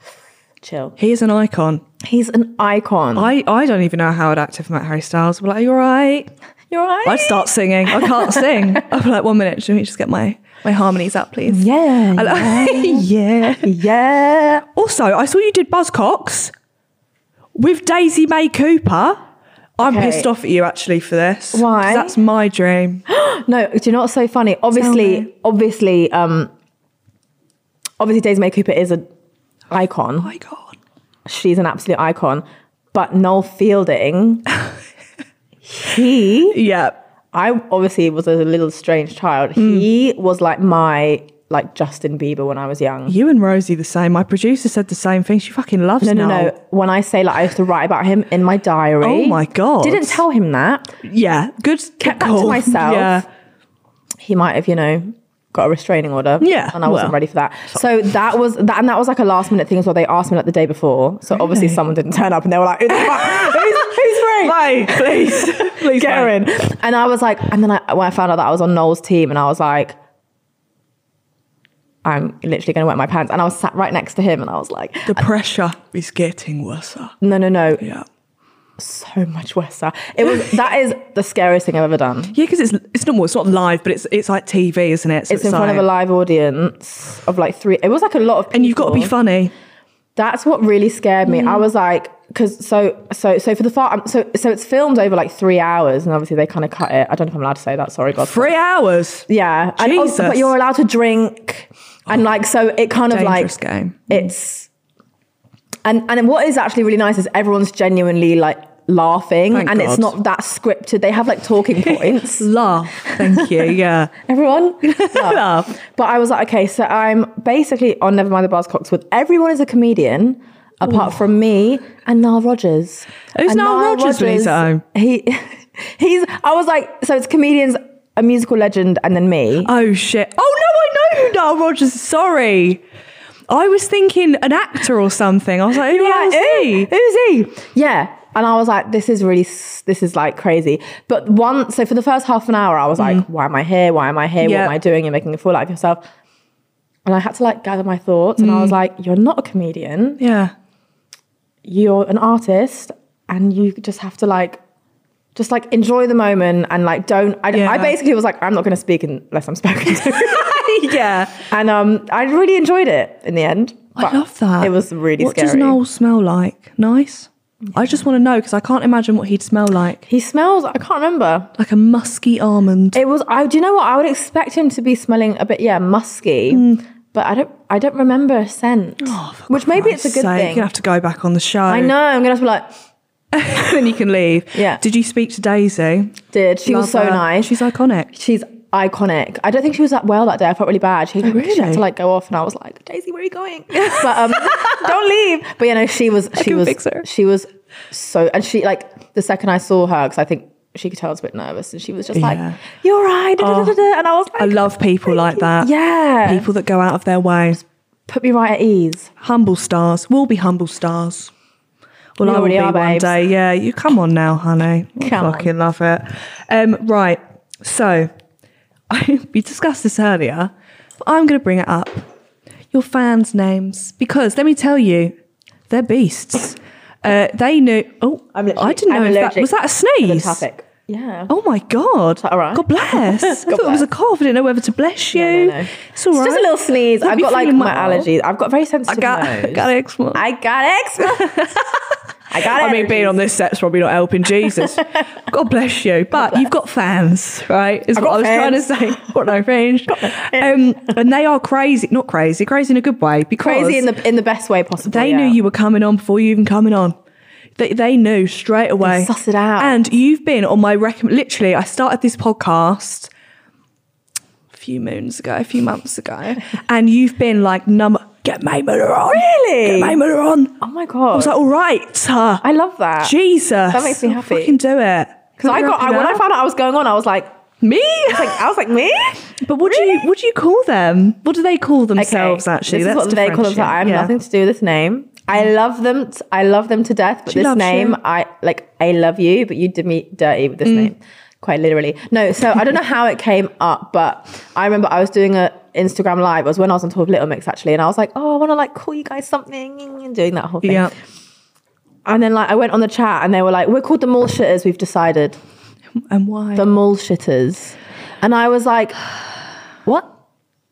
Speaker 2: chill.
Speaker 1: He is an icon.
Speaker 2: He's an icon.
Speaker 1: I, I don't even know how I'd act if I met Harry Styles. I'd be like, you're right.
Speaker 2: You're right.
Speaker 1: I'd start singing. I can't sing. I'd be like, one minute, should we just get my, my harmonies up, please?
Speaker 2: Yeah,
Speaker 1: I like- yeah.
Speaker 2: yeah.
Speaker 1: Also, I saw you did Buzzcocks with Daisy May Cooper. I'm
Speaker 2: Okay.
Speaker 1: pissed off at you actually for this. 'cause
Speaker 2: Why?
Speaker 1: That's my dream.
Speaker 2: No, do you know what's so funny? Obviously,
Speaker 1: me.
Speaker 2: obviously, um, obviously, Daisy May Cooper is an icon.
Speaker 1: My God.
Speaker 2: She's an absolute icon. But Noel Fielding, he,
Speaker 1: Yeah.
Speaker 2: I obviously was a little strange child.
Speaker 1: Hmm.
Speaker 2: He was like my like Justin Bieber when I was young.
Speaker 1: You and Rosie the same. My producer said the same thing. She fucking loves
Speaker 2: No, no,
Speaker 1: Noel.
Speaker 2: no. When I say like I used to write about him in my diary.
Speaker 1: Oh my God.
Speaker 2: Didn't tell him that.
Speaker 1: Yeah. Good.
Speaker 2: Kept that to
Speaker 1: call.
Speaker 2: myself.
Speaker 1: Yeah.
Speaker 2: he might have, you know, got a restraining order.
Speaker 1: Yeah,
Speaker 2: And I wasn't
Speaker 1: well.
Speaker 2: ready for that. So that was that and that was like a last minute thing as well. They asked me like the day before. So obviously someone didn't turn up and they were like, who the fuck? who's, who's free?
Speaker 1: Bye, please. please
Speaker 2: Get her
Speaker 1: bye.
Speaker 2: in. And I was like, and then I when I found out that I was on Noel's team and I was like, I'm literally gonna wet my pants. And I was sat right next to him and I was like,
Speaker 1: The pressure is getting worse.
Speaker 2: no, no, no,
Speaker 1: Yeah.
Speaker 2: so much worse. It was that is the scariest thing I've ever done.
Speaker 1: Yeah, because it's it's not well, it's not live, but it's it's like TV, isn't it? So
Speaker 2: It's in front of
Speaker 1: like-
Speaker 2: a live audience of like three. It was like a lot of people.
Speaker 1: and you've got to be funny.
Speaker 2: That's what really scared me.
Speaker 1: Mm.
Speaker 2: I was like, because so so so for the far, um, so so it's filmed over like three hours, and obviously they kind of cut it. I don't know if I'm allowed to say that. Sorry, God.
Speaker 1: Three hours.
Speaker 2: Yeah, and also-
Speaker 1: Jesus.
Speaker 2: but you're allowed to drink, and like so it kind of
Speaker 1: Dangerous
Speaker 2: like
Speaker 1: game. Mm.
Speaker 2: it's, and and what is actually really nice is everyone's genuinely like laughing,
Speaker 1: Thank
Speaker 2: and it's
Speaker 1: God.
Speaker 2: not that scripted. They have like talking points.
Speaker 1: Laugh. Thank you. Yeah.
Speaker 2: Everyone,
Speaker 1: Laugh.
Speaker 2: But I was like, okay, so I'm basically on Never Mind the Buzzcocks with everyone is a comedian apart from me and Niall Rogers.
Speaker 1: Who's
Speaker 2: And
Speaker 1: Nile Rodgers when he's at home?
Speaker 2: He, he's. I was like, so it's comedians, a musical legend, and then me.
Speaker 1: Oh shit. Oh no, I know who Nile Rogers is. Sorry. I was thinking an actor or something. I was like, who
Speaker 2: You're
Speaker 1: the hell
Speaker 2: like,
Speaker 1: is
Speaker 2: "Who-
Speaker 1: he?
Speaker 2: Who's he? Yeah. And I was like, this is really, s- this is like crazy. But one, so for the first half an hour, I was like, why am I here? Why am I here? What
Speaker 1: Mm. Yeah.
Speaker 2: am I doing? You're making a fool out of yourself. And I had to like gather my thoughts. And I
Speaker 1: Mm.
Speaker 2: was like, you're not a comedian.
Speaker 1: Yeah.
Speaker 2: You're an artist. And you just have to like, just like enjoy the moment and like don't. I,
Speaker 1: Yeah.
Speaker 2: I basically was like, I'm not going to speak unless I'm spoken to.
Speaker 1: yeah.
Speaker 2: and um, I really enjoyed it in the end.
Speaker 1: I love that.
Speaker 2: It was really
Speaker 1: what
Speaker 2: scary.
Speaker 1: does Noel smell like? Nice? I just want to know because I can't imagine what he'd smell like.
Speaker 2: He smells. I can't remember.
Speaker 1: Like a musky almond.
Speaker 2: It was. I do you know what? I would expect him to be smelling a bit, yeah, musky.
Speaker 1: Mm.
Speaker 2: But I don't. I don't remember a scent.
Speaker 1: Oh,
Speaker 2: which maybe it's a
Speaker 1: Say,
Speaker 2: good
Speaker 1: You're
Speaker 2: thing.
Speaker 1: going to have to go back on the show.
Speaker 2: I know. I'm gonna have to be like.
Speaker 1: then you can leave.
Speaker 2: Yeah.
Speaker 1: Did you speak to Daisy?
Speaker 2: Did she was
Speaker 1: Love
Speaker 2: so
Speaker 1: her.
Speaker 2: nice?
Speaker 1: She's iconic.
Speaker 2: She's iconic. I don't think she was that well that day. I felt really bad. She, she had
Speaker 1: Oh, really?
Speaker 2: to like go off, and I was like, Daisy, where are you going? but um, don't leave. But you know, she was. She
Speaker 1: can
Speaker 2: was.
Speaker 1: fix her.
Speaker 2: She was so, and she like the second I saw her because I think she could tell I was a bit nervous, and she was just
Speaker 1: Yeah. Oh,
Speaker 2: like, "You're right," da, da, da, da, da. and I was like,
Speaker 1: I love people like that.
Speaker 2: Yeah,
Speaker 1: People that go out of their way.
Speaker 2: put me right at ease.
Speaker 1: Humble stars. We'll be humble stars. Well,
Speaker 2: We
Speaker 1: I will
Speaker 2: already
Speaker 1: be one
Speaker 2: are, babes.
Speaker 1: day. Yeah, you come on now, honey. I
Speaker 2: Come on.
Speaker 1: fucking love it. Um, right. So, I, we discussed this earlier, but I'm going to bring it up. Your fans' names, because let me tell you, they're beasts. Uh, they knew. Oh,
Speaker 2: I'm literally-
Speaker 1: I didn't know
Speaker 2: I'm
Speaker 1: if that
Speaker 2: allergic
Speaker 1: was that a
Speaker 2: to the
Speaker 1: sneeze.
Speaker 2: topic. Yeah.
Speaker 1: Oh my God.
Speaker 2: that all right?
Speaker 1: God bless. I
Speaker 2: God
Speaker 1: thought it was a
Speaker 2: bless.
Speaker 1: cough. I didn't know whether to bless you.
Speaker 2: No, no, no.
Speaker 1: It's all right.
Speaker 2: just a little sneeze.
Speaker 1: Hope
Speaker 2: I've
Speaker 1: you're
Speaker 2: got like
Speaker 1: feeling
Speaker 2: my
Speaker 1: well.
Speaker 2: allergies. I've got very sensitive
Speaker 1: I got,
Speaker 2: nose.
Speaker 1: got eczema.
Speaker 2: I got eczema. I got.
Speaker 1: I mean, being
Speaker 2: allergies.
Speaker 1: on this set's probably not helping. Jesus, God bless you. But you've got fans, right? Is what I
Speaker 2: got
Speaker 1: was
Speaker 2: fans.
Speaker 1: trying to say. Got no fringe. um, and they are crazy. Not crazy. Crazy in a good way. Because
Speaker 2: crazy in the in the best way possible.
Speaker 1: they
Speaker 2: Oh, yeah.
Speaker 1: knew you were coming on before you even coming on. They, they knew straight away.
Speaker 2: sussed it out.
Speaker 1: And you've been on my recommend. Literally, I started this podcast a few moons ago, a few months ago, and you've been like number. Get May Muller on.
Speaker 2: Really?
Speaker 1: Get May Muller on.
Speaker 2: Oh my god!
Speaker 1: I was like, all right. sir."
Speaker 2: I love that.
Speaker 1: Jesus.
Speaker 2: That makes me
Speaker 1: I'll
Speaker 2: happy.
Speaker 1: Fucking do it.
Speaker 2: Because I got I, when I found out I was going on, I was like,
Speaker 1: me.
Speaker 2: like I was like me.
Speaker 1: but what do you what do you call them? What do they call themselves?
Speaker 2: Okay,
Speaker 1: Actually,
Speaker 2: this is
Speaker 1: Let's
Speaker 2: what they call them.
Speaker 1: differentiate.
Speaker 2: I have
Speaker 1: Yeah.
Speaker 2: nothing to do with this name. I love them. T- I love them to death. But
Speaker 1: Mm. She
Speaker 2: this
Speaker 1: loves
Speaker 2: name,
Speaker 1: you.
Speaker 2: I like. I love you, but you did me dirty
Speaker 1: Mm.
Speaker 2: with this name, quite literally. No, so I don't know how it came up, but I remember I was doing a Instagram live. It was when I was on tour with Little Mix actually, and I was like, oh, I want to like call you guys something and doing that whole thing.
Speaker 1: Yeah.
Speaker 2: And then like I went on the chat, and they were like, we're called the Mall Shitters. We've decided.
Speaker 1: And why?
Speaker 2: the mall shitters. And I was like, what?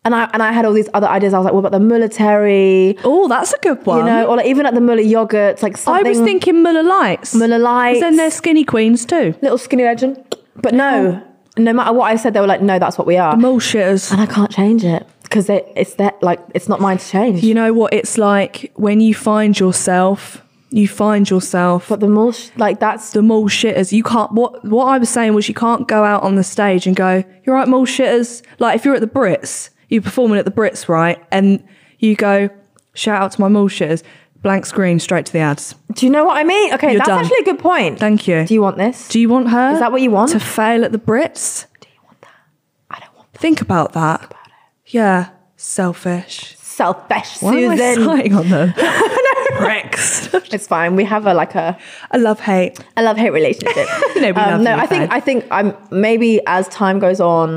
Speaker 2: And I and I had all these other ideas. I was like, what about the military?
Speaker 1: oh, that's a good one.
Speaker 2: You know, or like even at the Muller yogurts, like
Speaker 1: I
Speaker 2: something.
Speaker 1: was thinking Muller Lights.
Speaker 2: Muller Lights.
Speaker 1: Then they're skinny queens too.
Speaker 2: little skinny legend. But no, no matter what I said, they were like, no, that's what we are.
Speaker 1: Mole shitters.
Speaker 2: and I can't change it because it's that like it's not mine to change.
Speaker 1: You know what it's like when you find yourself. You find yourself.
Speaker 2: but the mall, sh- like that's
Speaker 1: the mall shitters. You can't. What what I was saying was you can't go out on the stage and go, "You're right, mall shitters." Like if you're at the Brits, you're performing at the Brits, right? And you go, "Shout out to my mall shitters." Blank screen, straight to the ads.
Speaker 2: do you know what I mean? Okay,
Speaker 1: You're
Speaker 2: that's
Speaker 1: done.
Speaker 2: actually a good point.
Speaker 1: Thank you.
Speaker 2: Do you want this?
Speaker 1: Do you want her?
Speaker 2: Is that what you want?
Speaker 1: to fail at the Brits?
Speaker 2: Do you want that? I don't want that.
Speaker 1: Think about that. Yeah, selfish.
Speaker 2: selfish
Speaker 1: Why am I
Speaker 2: Susan.
Speaker 1: sighing on them? Bricks.
Speaker 2: It's fine. We have a like a
Speaker 1: I love hate. Um,
Speaker 2: I love hate relationship.
Speaker 1: You know we love
Speaker 2: no,
Speaker 1: you,
Speaker 2: I think
Speaker 1: babe.
Speaker 2: I think I'm maybe as time goes on,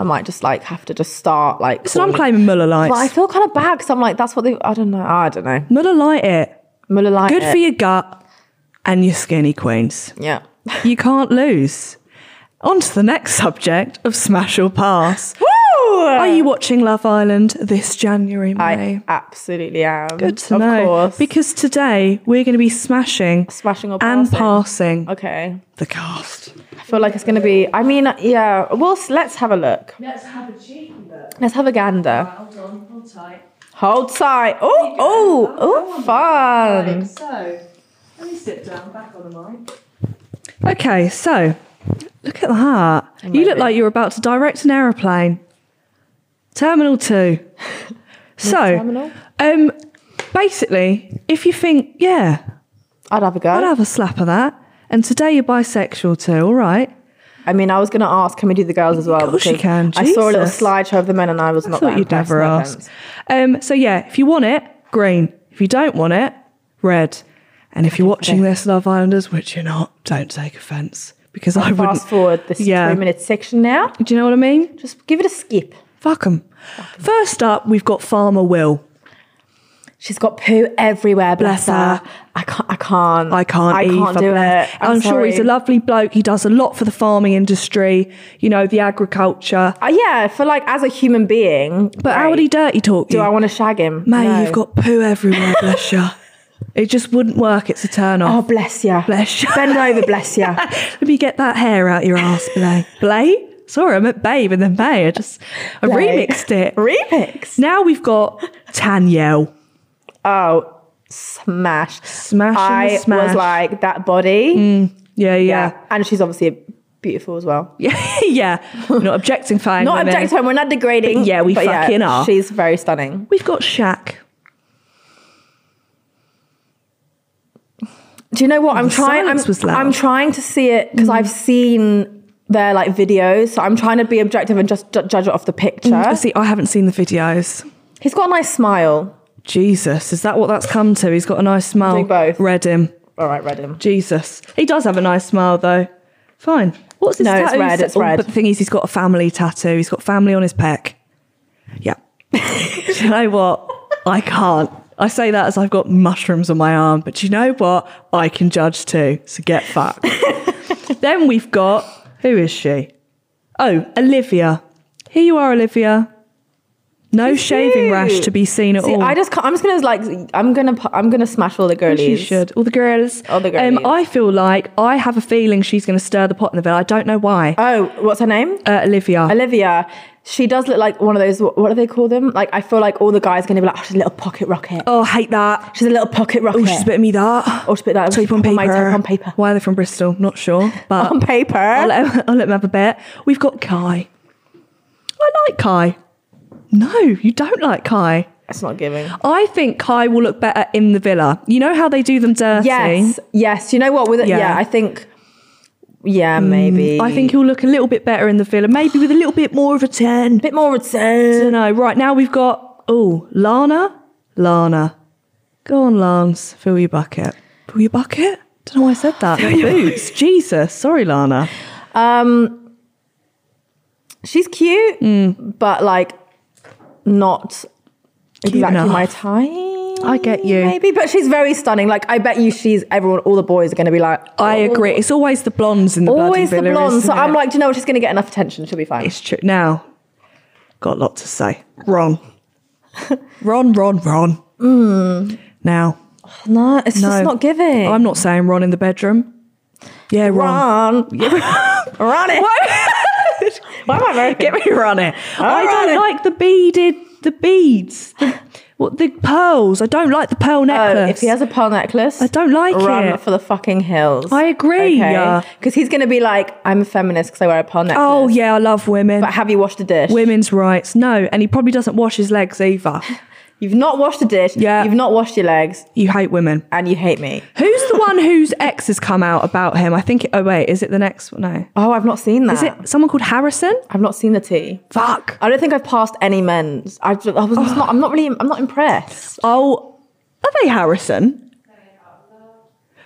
Speaker 2: I might just like have to just start
Speaker 1: So
Speaker 2: like.
Speaker 1: I'm
Speaker 2: calling-
Speaker 1: claiming Muller lights.
Speaker 2: But I feel kind of bad because I'm like, that's what they. I don't know. I don't know.
Speaker 1: Muller light it.
Speaker 2: Muller Lite.
Speaker 1: Good
Speaker 2: it.
Speaker 1: for your gut and your skinny queens.
Speaker 2: Yeah.
Speaker 1: You can't lose. On to the next subject of smash or pass.
Speaker 2: Woo!
Speaker 1: Are you watching Love Island this January, May?
Speaker 2: I absolutely am.
Speaker 1: Good to
Speaker 2: of
Speaker 1: know.
Speaker 2: Course.
Speaker 1: Because today we're going to be smashing,
Speaker 2: Smashing or
Speaker 1: and
Speaker 2: passing.
Speaker 1: passing
Speaker 2: okay.
Speaker 1: the cast.
Speaker 2: I feel like it's gonna be. I mean, yeah. Well, s- let's have a look.
Speaker 1: Let's have a cheeky look.
Speaker 2: Let's have a gander.
Speaker 1: Hold on, hold tight.
Speaker 2: Hold tight. Oh, oh, oh, fun.
Speaker 1: So, let me sit down back on the mic. Okay, so look at that. You look
Speaker 2: Amazing.
Speaker 1: like you're about to direct an aeroplane. Terminal 2. so,
Speaker 2: Terminal.
Speaker 1: um, basically, if you think, yeah,
Speaker 2: I'd have a go.
Speaker 1: I'd have a slap of that, and today you're bisexual too, all right?
Speaker 2: I mean, I was going to ask, can we do the girls as well?
Speaker 1: Of course you
Speaker 2: Because
Speaker 1: can.
Speaker 2: I saw a little
Speaker 1: Jesus.
Speaker 2: slideshow of the men, and I was
Speaker 1: I
Speaker 2: not.
Speaker 1: thought
Speaker 2: that
Speaker 1: you'd
Speaker 2: impressed,
Speaker 1: never
Speaker 2: no
Speaker 1: ask.
Speaker 2: offense.
Speaker 1: Um, so, yeah, if you want it, green. If you don't want it, red. And if you're watching this, Love Islanders, which you're not, don't take offence because I wouldn't.
Speaker 2: Fast forward this
Speaker 1: Yeah.
Speaker 2: three minute section now.
Speaker 1: Do you know what I mean?
Speaker 2: Just give it a skip.
Speaker 1: Fuck 'em. First up, we've got Farmer Will.
Speaker 2: She's got poo everywhere. Bless,
Speaker 1: Bless
Speaker 2: her. I can't. I can't.
Speaker 1: I can't
Speaker 2: I
Speaker 1: either.
Speaker 2: can't do
Speaker 1: bless-
Speaker 2: it.
Speaker 1: I'm, sure he's a
Speaker 2: sorry.
Speaker 1: lovely bloke. He does a lot for the farming industry, you know, the agriculture.
Speaker 2: Uh, yeah, for like as a human being.
Speaker 1: But how would he dirty talk you?
Speaker 2: Do I want to shag him?
Speaker 1: Mate,
Speaker 2: No.
Speaker 1: you've got poo everywhere, bless you. It just wouldn't work. It's a turn
Speaker 2: Oh,
Speaker 1: off.
Speaker 2: bless you.
Speaker 1: bless you.
Speaker 2: Bend over, bless you.
Speaker 1: Let me get that hair out your ass, Blay. Blay? Sorry, I meant babe and then Bay. I just I
Speaker 2: Blay.
Speaker 1: remixed it.
Speaker 2: Remix.
Speaker 1: Now we've got Tanyel.
Speaker 2: Oh, smash.
Speaker 1: Smash and
Speaker 2: I
Speaker 1: smash.
Speaker 2: was like, that body.
Speaker 1: Yeah, yeah.
Speaker 2: And she's obviously beautiful as well.
Speaker 1: Yeah. yeah. Not objecting fine.
Speaker 2: Not
Speaker 1: women.
Speaker 2: objecting, we're not degrading.
Speaker 1: But yeah, we fucking are.
Speaker 2: She's very stunning.
Speaker 1: We've got Shaq.
Speaker 2: Do you know what? I'm trying I'm,
Speaker 1: silence was loud.
Speaker 2: I'm trying to see it because I've seen their like videos. So I'm trying to be objective and just ju- judge it off the picture.
Speaker 1: See, Mm, I haven't seen the videos.
Speaker 2: He's got a nice smile.
Speaker 1: Jesus, is that what that's come to? He's got a nice smile.
Speaker 2: Do both.
Speaker 1: Read him.
Speaker 2: All right, read him.
Speaker 1: Jesus. He does have a nice smile though. Fine. What's his
Speaker 2: No, it's
Speaker 1: tattoo?
Speaker 2: red, it's
Speaker 1: Oh,
Speaker 2: red.
Speaker 1: But the thing is, he's got a family tattoo. He's got family on his pec. Yeah. do you know what? I can't. I say that as I've got mushrooms on my arm, but do you know what? I can judge too. So get fucked. then we've got who is she? Oh, Olivia. Here you are, Olivia. No shaving rash to be seen at
Speaker 2: See,
Speaker 1: all.
Speaker 2: I just can't, I'm just gonna like I'm gonna pu- I'm gonna smash all the girlies.
Speaker 1: She should. All the girls.
Speaker 2: All the girlies.
Speaker 1: Um, I feel like I have a feeling she's going to stir the pot in the villa. I don't know why.
Speaker 2: Oh, what's her name?
Speaker 1: Uh, Olivia.
Speaker 2: Olivia. She does look like one of those. What, what do they call them? Like I feel like all the guys are gonna be like, oh, she's a little pocket rocket.
Speaker 1: oh, I hate that.
Speaker 2: She's a little pocket rocket.
Speaker 1: Oh, she's a bit of me that.
Speaker 2: Oh, she's a bit like
Speaker 1: Tape on
Speaker 2: put
Speaker 1: paper.
Speaker 2: My tape on paper.
Speaker 1: Why are they from Bristol? Not sure. But
Speaker 2: On paper.
Speaker 1: I'll, let him, I'll let him have a bit. We've got Kai. I like Kai. No, you don't like Kai.
Speaker 2: That's not giving.
Speaker 1: I think Kai will look better in the villa. You know how they do them dirty?
Speaker 2: Yes, yes. You know what? With it,
Speaker 1: Yeah.
Speaker 2: yeah. Mm, I think. Yeah, maybe.
Speaker 1: I think he'll look a little bit better in the villa. Maybe with a little bit more of a 10.
Speaker 2: bit more return.
Speaker 1: don't know. Right now we've got oh Lana, Lana. Go on, Lance. Fill your bucket. Fill your bucket. Don't know why I said that. My Boots. Jesus. Sorry, Lana.
Speaker 2: Um, she's cute, but like, not exactly
Speaker 1: enough.
Speaker 2: my type.
Speaker 1: I get you.
Speaker 2: Maybe, but she's very stunning. Like, I bet you she's everyone. All the boys are going to be like,
Speaker 1: I agree. It's always the blondes in the bloody
Speaker 2: Oh. always the
Speaker 1: villa,
Speaker 2: blonde.
Speaker 1: isn't
Speaker 2: So I'm
Speaker 1: it?
Speaker 2: like, do you know what? She's going to get enough attention. She'll be fine.
Speaker 1: it's true. Now, got a lot to say. Ron, Ron, Ron, Ron. Now,
Speaker 2: No, Oh, it's
Speaker 1: no,
Speaker 2: just Hmm. not giving.
Speaker 1: I'm not saying Ron in the bedroom. Yeah, Ron.
Speaker 2: Run, run it.
Speaker 1: What?
Speaker 2: Why am I very
Speaker 1: Get me around it. I
Speaker 2: right.
Speaker 1: don't like the beaded, the beads, the, what the pearls. I don't like the pearl
Speaker 2: Oh,
Speaker 1: necklace.
Speaker 2: if he has a pearl necklace,
Speaker 1: I don't like
Speaker 2: run
Speaker 1: it.
Speaker 2: for the fucking hills.
Speaker 1: I agree, yeah.
Speaker 2: because he's gonna be like, I'm a feminist because I wear a pearl necklace.
Speaker 1: oh yeah, I love women.
Speaker 2: but have you washed the dish?
Speaker 1: Women's rights. No, and he probably doesn't wash his legs either.
Speaker 2: You've not washed the dish.
Speaker 1: Yeah.
Speaker 2: you've not washed your legs,
Speaker 1: You hate women.
Speaker 2: and you hate me.
Speaker 1: Who's the one whose ex has come out about him? I think. It, oh wait, is it the next one? No,
Speaker 2: Oh, I've not seen that.
Speaker 1: is it someone called Harrison?
Speaker 2: I've not seen the tea.
Speaker 1: Fuck.
Speaker 2: I don't think I've passed any men's. I, I was not. I'm not really. I'm not impressed.
Speaker 1: Oh, are they Harrison?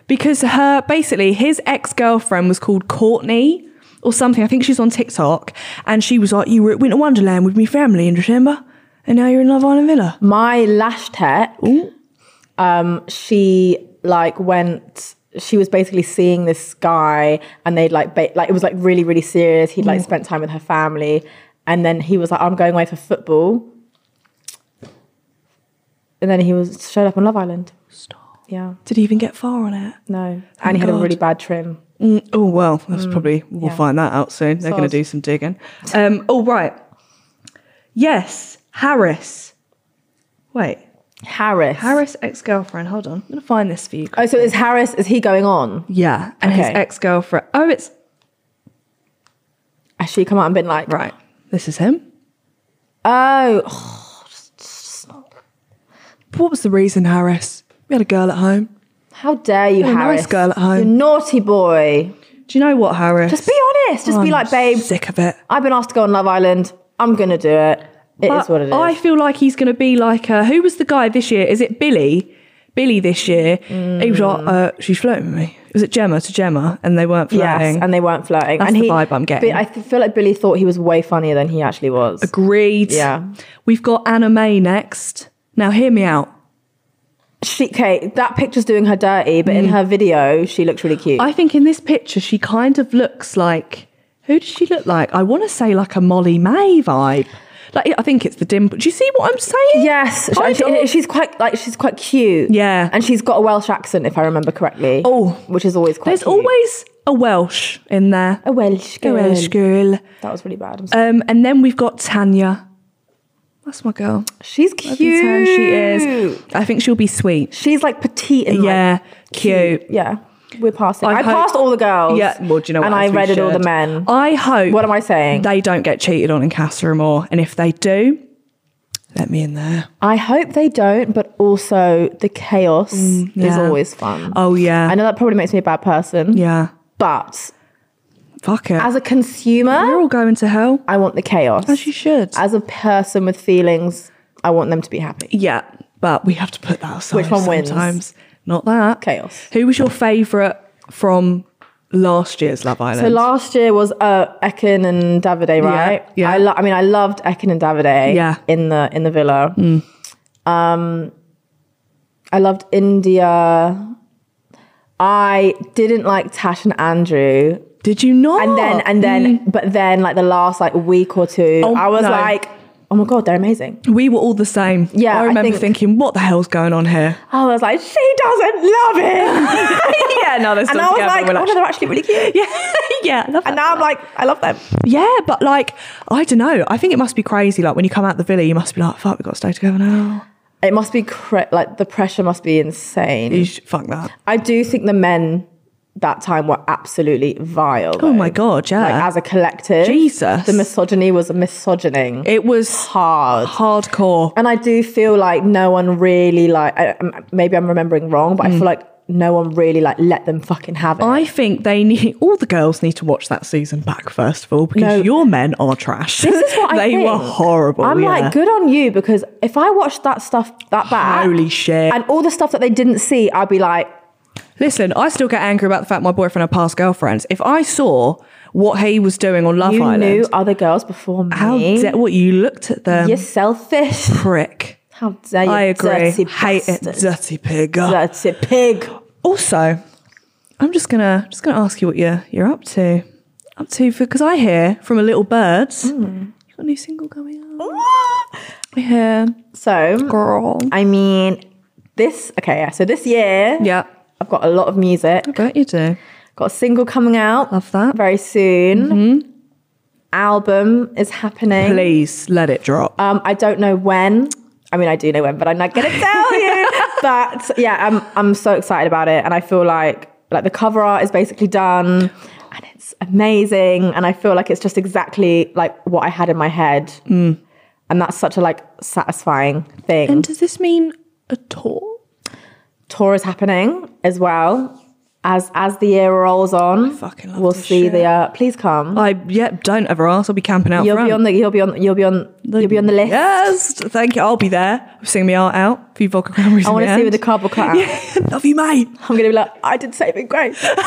Speaker 1: Because her basically his ex girlfriend was called Courtney or something. I think she's on TikTok, and she was like, "You were at Winter Wonderland with me family in December, and now you're in Love Island Villa."
Speaker 2: My lash tech. Um, she like went. She was basically seeing this guy, and they'd like, ba- like it was like really, really serious. He'd
Speaker 1: Mm.
Speaker 2: like spent time with her family, and then he was like, "I'm going away for football," and then he was showed up on Love Island.
Speaker 1: Stop.
Speaker 2: Yeah,
Speaker 1: Did he even get far on it?
Speaker 2: no, and he had
Speaker 1: Oh God.
Speaker 2: a really bad trim.
Speaker 1: Mm, oh well, that's probably we'll
Speaker 2: yeah.
Speaker 1: find that out soon. They're going
Speaker 2: Soz.
Speaker 1: to do some digging. Um, all right. Yes, Harris. Wait,
Speaker 2: Harris.
Speaker 1: Harris ex girlfriend. Hold on, I'm going to find this for you.
Speaker 2: Oh, so is Harris? Is he going on?
Speaker 1: Yeah, and his
Speaker 2: Okay.
Speaker 1: ex girlfriend. Oh, it's
Speaker 2: Has she come out and been like,
Speaker 1: Right. This is him.
Speaker 2: oh,
Speaker 1: What was the reason, Harris? We had a girl at home.
Speaker 2: how dare you,
Speaker 1: You're a nice
Speaker 2: Harris?
Speaker 1: girl at home.
Speaker 2: You naughty boy.
Speaker 1: Do you know what, Harris?
Speaker 2: Just be honest. Just be
Speaker 1: I'm
Speaker 2: like, babe,
Speaker 1: Sick of it.
Speaker 2: I've been asked to go on Love Island. I'm going to do it. It is
Speaker 1: But
Speaker 2: what it is.
Speaker 1: I feel like he's going to be like, uh, who was the guy this year? Is it Billy? Billy this year, he was
Speaker 2: Mm.
Speaker 1: like, uh, she's flirting with me. Was it Gemma to Gemma? And they weren't flirting.
Speaker 2: Yes, and they weren't flirting.
Speaker 1: That's
Speaker 2: and
Speaker 1: the vibe I'm getting.
Speaker 2: Bi- I th- feel like Billy thought he was way funnier than he actually was.
Speaker 1: Agreed.
Speaker 2: Yeah.
Speaker 1: We've got Anna May next. Now, hear me out.
Speaker 2: She, Kate, that picture's doing her dirty, but in her video, she looks really cute.
Speaker 1: Mm. I think in this picture, she kind of looks like who does she look like? I want to say like a Molly May vibe. Like I think it's the dimple. Do you see what I'm saying?
Speaker 2: yes,
Speaker 1: Kind
Speaker 2: and she-
Speaker 1: of.
Speaker 2: she's quite like she's quite cute.
Speaker 1: Yeah.
Speaker 2: and she's got a Welsh accent, if I remember correctly.
Speaker 1: Oh.
Speaker 2: which is always quite.
Speaker 1: There's
Speaker 2: cute.
Speaker 1: always a Welsh in there.
Speaker 2: a Welsh
Speaker 1: A
Speaker 2: girl.
Speaker 1: Welsh girl.
Speaker 2: That was really bad. I'm sorry.
Speaker 1: Um, and then we've got Tanya. That's my girl.
Speaker 2: she's
Speaker 1: That's
Speaker 2: cute.
Speaker 1: how she is. I think she'll be sweet.
Speaker 2: She's like petite and like,
Speaker 1: yeah, cute.
Speaker 2: yeah. We're passing.
Speaker 1: I
Speaker 2: I,
Speaker 1: hope-
Speaker 2: passed all the girls.
Speaker 1: Yeah, well, do you know what?
Speaker 2: And I
Speaker 1: else we
Speaker 2: read it all the
Speaker 1: should?
Speaker 2: men.
Speaker 1: I hope.
Speaker 2: What am I saying?
Speaker 1: They don't get cheated on in Castlemore, and if they do, let me in there.
Speaker 2: I hope they don't, but also the chaos is
Speaker 1: yeah.
Speaker 2: always fun.
Speaker 1: Oh yeah,
Speaker 2: I know that probably makes me a bad person,
Speaker 1: yeah.
Speaker 2: but
Speaker 1: Fuck it.
Speaker 2: as a
Speaker 1: They're
Speaker 2: consumer,
Speaker 1: all going to hell.
Speaker 2: I want the chaos.
Speaker 1: As you should.
Speaker 2: As a person with feelings, I want them to be happy.
Speaker 1: yeah, but we have to put that aside.
Speaker 2: Which one wins?
Speaker 1: Sometimes. Not that
Speaker 2: Chaos.
Speaker 1: Who was your favourite from last year's Love Island?
Speaker 2: So last year was uh, Ekin and Davide, right?
Speaker 1: yeah.
Speaker 2: I, lo- I mean, I loved Ekin and Davide.
Speaker 1: Yeah. Mm.
Speaker 2: In the in the villa. Um, I loved India. I didn't like Tash and Andrew,
Speaker 1: Did you not?
Speaker 2: and then and then, but then like the last like week or two,
Speaker 1: mm. Oh,
Speaker 2: I was
Speaker 1: no.
Speaker 2: like, oh my god, they're amazing.
Speaker 1: Mm. we were all the same.
Speaker 2: Yeah,
Speaker 1: I
Speaker 2: I
Speaker 1: remember
Speaker 2: think-
Speaker 1: thinking, what the hell's going on here?
Speaker 2: I was like, she doesn't love him.
Speaker 1: Yeah, no, they're
Speaker 2: and
Speaker 1: still
Speaker 2: I was
Speaker 1: together.
Speaker 2: like,
Speaker 1: We're
Speaker 2: oh no, they're actually really cute.
Speaker 1: yeah, yeah, I love that.
Speaker 2: And now I'm like, I love them.
Speaker 1: yeah, but like, I don't know. I think it must be crazy. Like when you come out the villa, you must be like, fuck, we got to stay together now.
Speaker 2: It must be cra- like the pressure must be insane.
Speaker 1: You should, fuck that.
Speaker 2: I do think the men that time were absolutely vile.
Speaker 1: Oh my god, yeah.
Speaker 2: Like as a collective,
Speaker 1: Jesus.
Speaker 2: the misogyny was misogyning
Speaker 1: it was
Speaker 2: hard.
Speaker 1: hardcore.
Speaker 2: And I do feel like no one really like. I, I'm- maybe I'm remembering wrong, but I feel like no one really like let them fucking have it.
Speaker 1: Mm. I think they need all the girls need to watch that season back first of all because
Speaker 2: No.
Speaker 1: your men are trash.
Speaker 2: this is what I
Speaker 1: they
Speaker 2: think.
Speaker 1: were horrible.
Speaker 2: I'm
Speaker 1: yeah.
Speaker 2: like, good on you because if I watched that stuff that back,
Speaker 1: Holy shit.
Speaker 2: and all the stuff that they didn't see, I'd be like,
Speaker 1: Listen, I still get angry about the fact my boyfriend had past girlfriends. If I saw what he was doing on Love
Speaker 2: you
Speaker 1: Island,
Speaker 2: knew other girls before me.
Speaker 1: how da- what you looked at them,
Speaker 2: You're selfish.
Speaker 1: prick.
Speaker 2: How dare you?
Speaker 1: Um, I agree.
Speaker 2: Dirty
Speaker 1: Hate it,
Speaker 2: bastard.
Speaker 1: dirty pig.
Speaker 2: Dirty pig.
Speaker 1: Also, I'm just gonna just gonna ask you what you're you're up to, up to because I hear from a little birds. You got a new single coming out. I hear,
Speaker 2: So,
Speaker 1: girl.
Speaker 2: I mean, this, okay, yeah. So this year,
Speaker 1: Yeah,
Speaker 2: I've got a lot of music.
Speaker 1: I bet you do.
Speaker 2: Got a single coming out
Speaker 1: Love that. Mm-hmm.
Speaker 2: very soon. Album is happening.
Speaker 1: Please let it drop.
Speaker 2: Um, I don't know when. I mean, I do know when, but I'm not gonna tell you. but yeah, I'm I'm so excited about it, and I feel like like the cover art is basically done, and it's amazing, and I feel like it's just exactly like what I had in my head, and that's such a like satisfying thing.
Speaker 1: Mm. and Um, does this mean a tour?
Speaker 2: Tour is happening as well. As as the year rolls on,
Speaker 1: fucking love
Speaker 2: we'll
Speaker 1: this
Speaker 2: see the
Speaker 1: shit.
Speaker 2: uh, please come.
Speaker 1: I yeah. Don't ever ask. I'll be camping out
Speaker 2: you'll
Speaker 1: front.
Speaker 2: be on the you'll be on you'll be on you'll be on the list.
Speaker 1: Yes, thank you. I'll be there. I'm singing my art out. A few vodka cranberries.
Speaker 2: I want to see with the cardboard cut out.
Speaker 1: Love you, mate.
Speaker 2: I'm gonna be like, I did Saving Grace.
Speaker 1: yeah,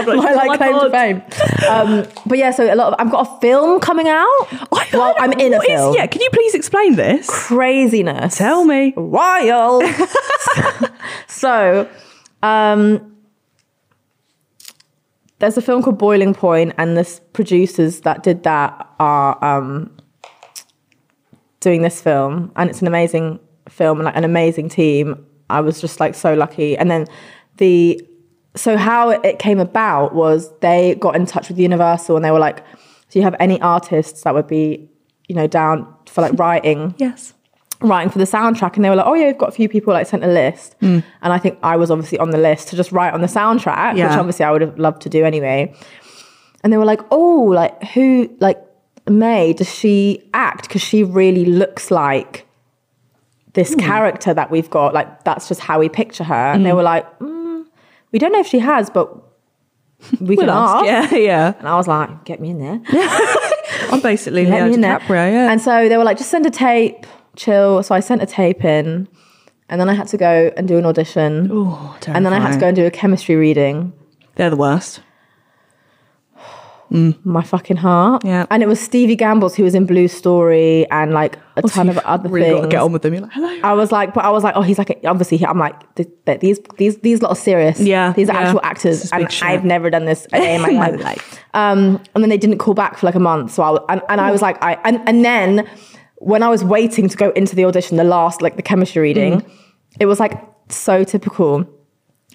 Speaker 1: I'm
Speaker 2: my like claim to fame. Um, but yeah, so a lot of I've got a film coming out.
Speaker 1: I
Speaker 2: well, I'm in a
Speaker 1: Oh What is-
Speaker 2: film.
Speaker 1: yeah, can you please explain this?
Speaker 2: Craziness.
Speaker 1: Tell me.
Speaker 2: Wild. so, um, there's a film called Boiling Point, and this producers that did that are um, doing this film, and it's an amazing film and like an amazing team. I was just like so lucky, and then the so how it came about was they got in touch with Universal, and they were like, "Do you have any artists that would be, you know, down for like writing?"
Speaker 1: Yes.
Speaker 2: writing for the soundtrack and they were like oh yeah we've got a few people like sent a list
Speaker 1: Hmm.
Speaker 2: and i think i was obviously on the list to just write on the soundtrack
Speaker 1: Yeah.
Speaker 2: which obviously i would have loved to do anyway and they were like oh like who like may does she act because she really looks like this
Speaker 1: Hmm.
Speaker 2: character that we've got like that's just how we picture her and they were like mm, we don't know if she has but we can ask,
Speaker 1: Yeah, yeah.
Speaker 2: and i was like get me in there
Speaker 1: I'm basically
Speaker 2: let
Speaker 1: Leo
Speaker 2: me in there.
Speaker 1: DiCaprio. Yeah.
Speaker 2: And so they were like, just send a tape, chill. So I sent a tape in, And then I had to go and do an audition.
Speaker 1: Oh, terrifying.
Speaker 2: and then I had to go and do a chemistry reading.
Speaker 1: They're the worst.
Speaker 2: My fucking heart.
Speaker 1: Yeah.
Speaker 2: And it was Stevie Gambles who was in Blue Story and like a ton of
Speaker 1: You've
Speaker 2: other
Speaker 1: really
Speaker 2: things.
Speaker 1: got to get on with them. You're like, hello.
Speaker 2: I was like, but I was like, oh, he's like, obviously, he- I'm like, th- th- these these these lot are serious.
Speaker 1: Yeah,
Speaker 2: these are
Speaker 1: yeah.
Speaker 2: actual
Speaker 1: This
Speaker 2: actors,
Speaker 1: is
Speaker 2: and
Speaker 1: big shit.
Speaker 2: I've never done this a day in my, life. Um, and then they didn't call back for like a month. So I w- and, and I was like, I and, and then when I was waiting to go into the audition, the last like the chemistry reading,
Speaker 1: Mm.
Speaker 2: it was like so typical.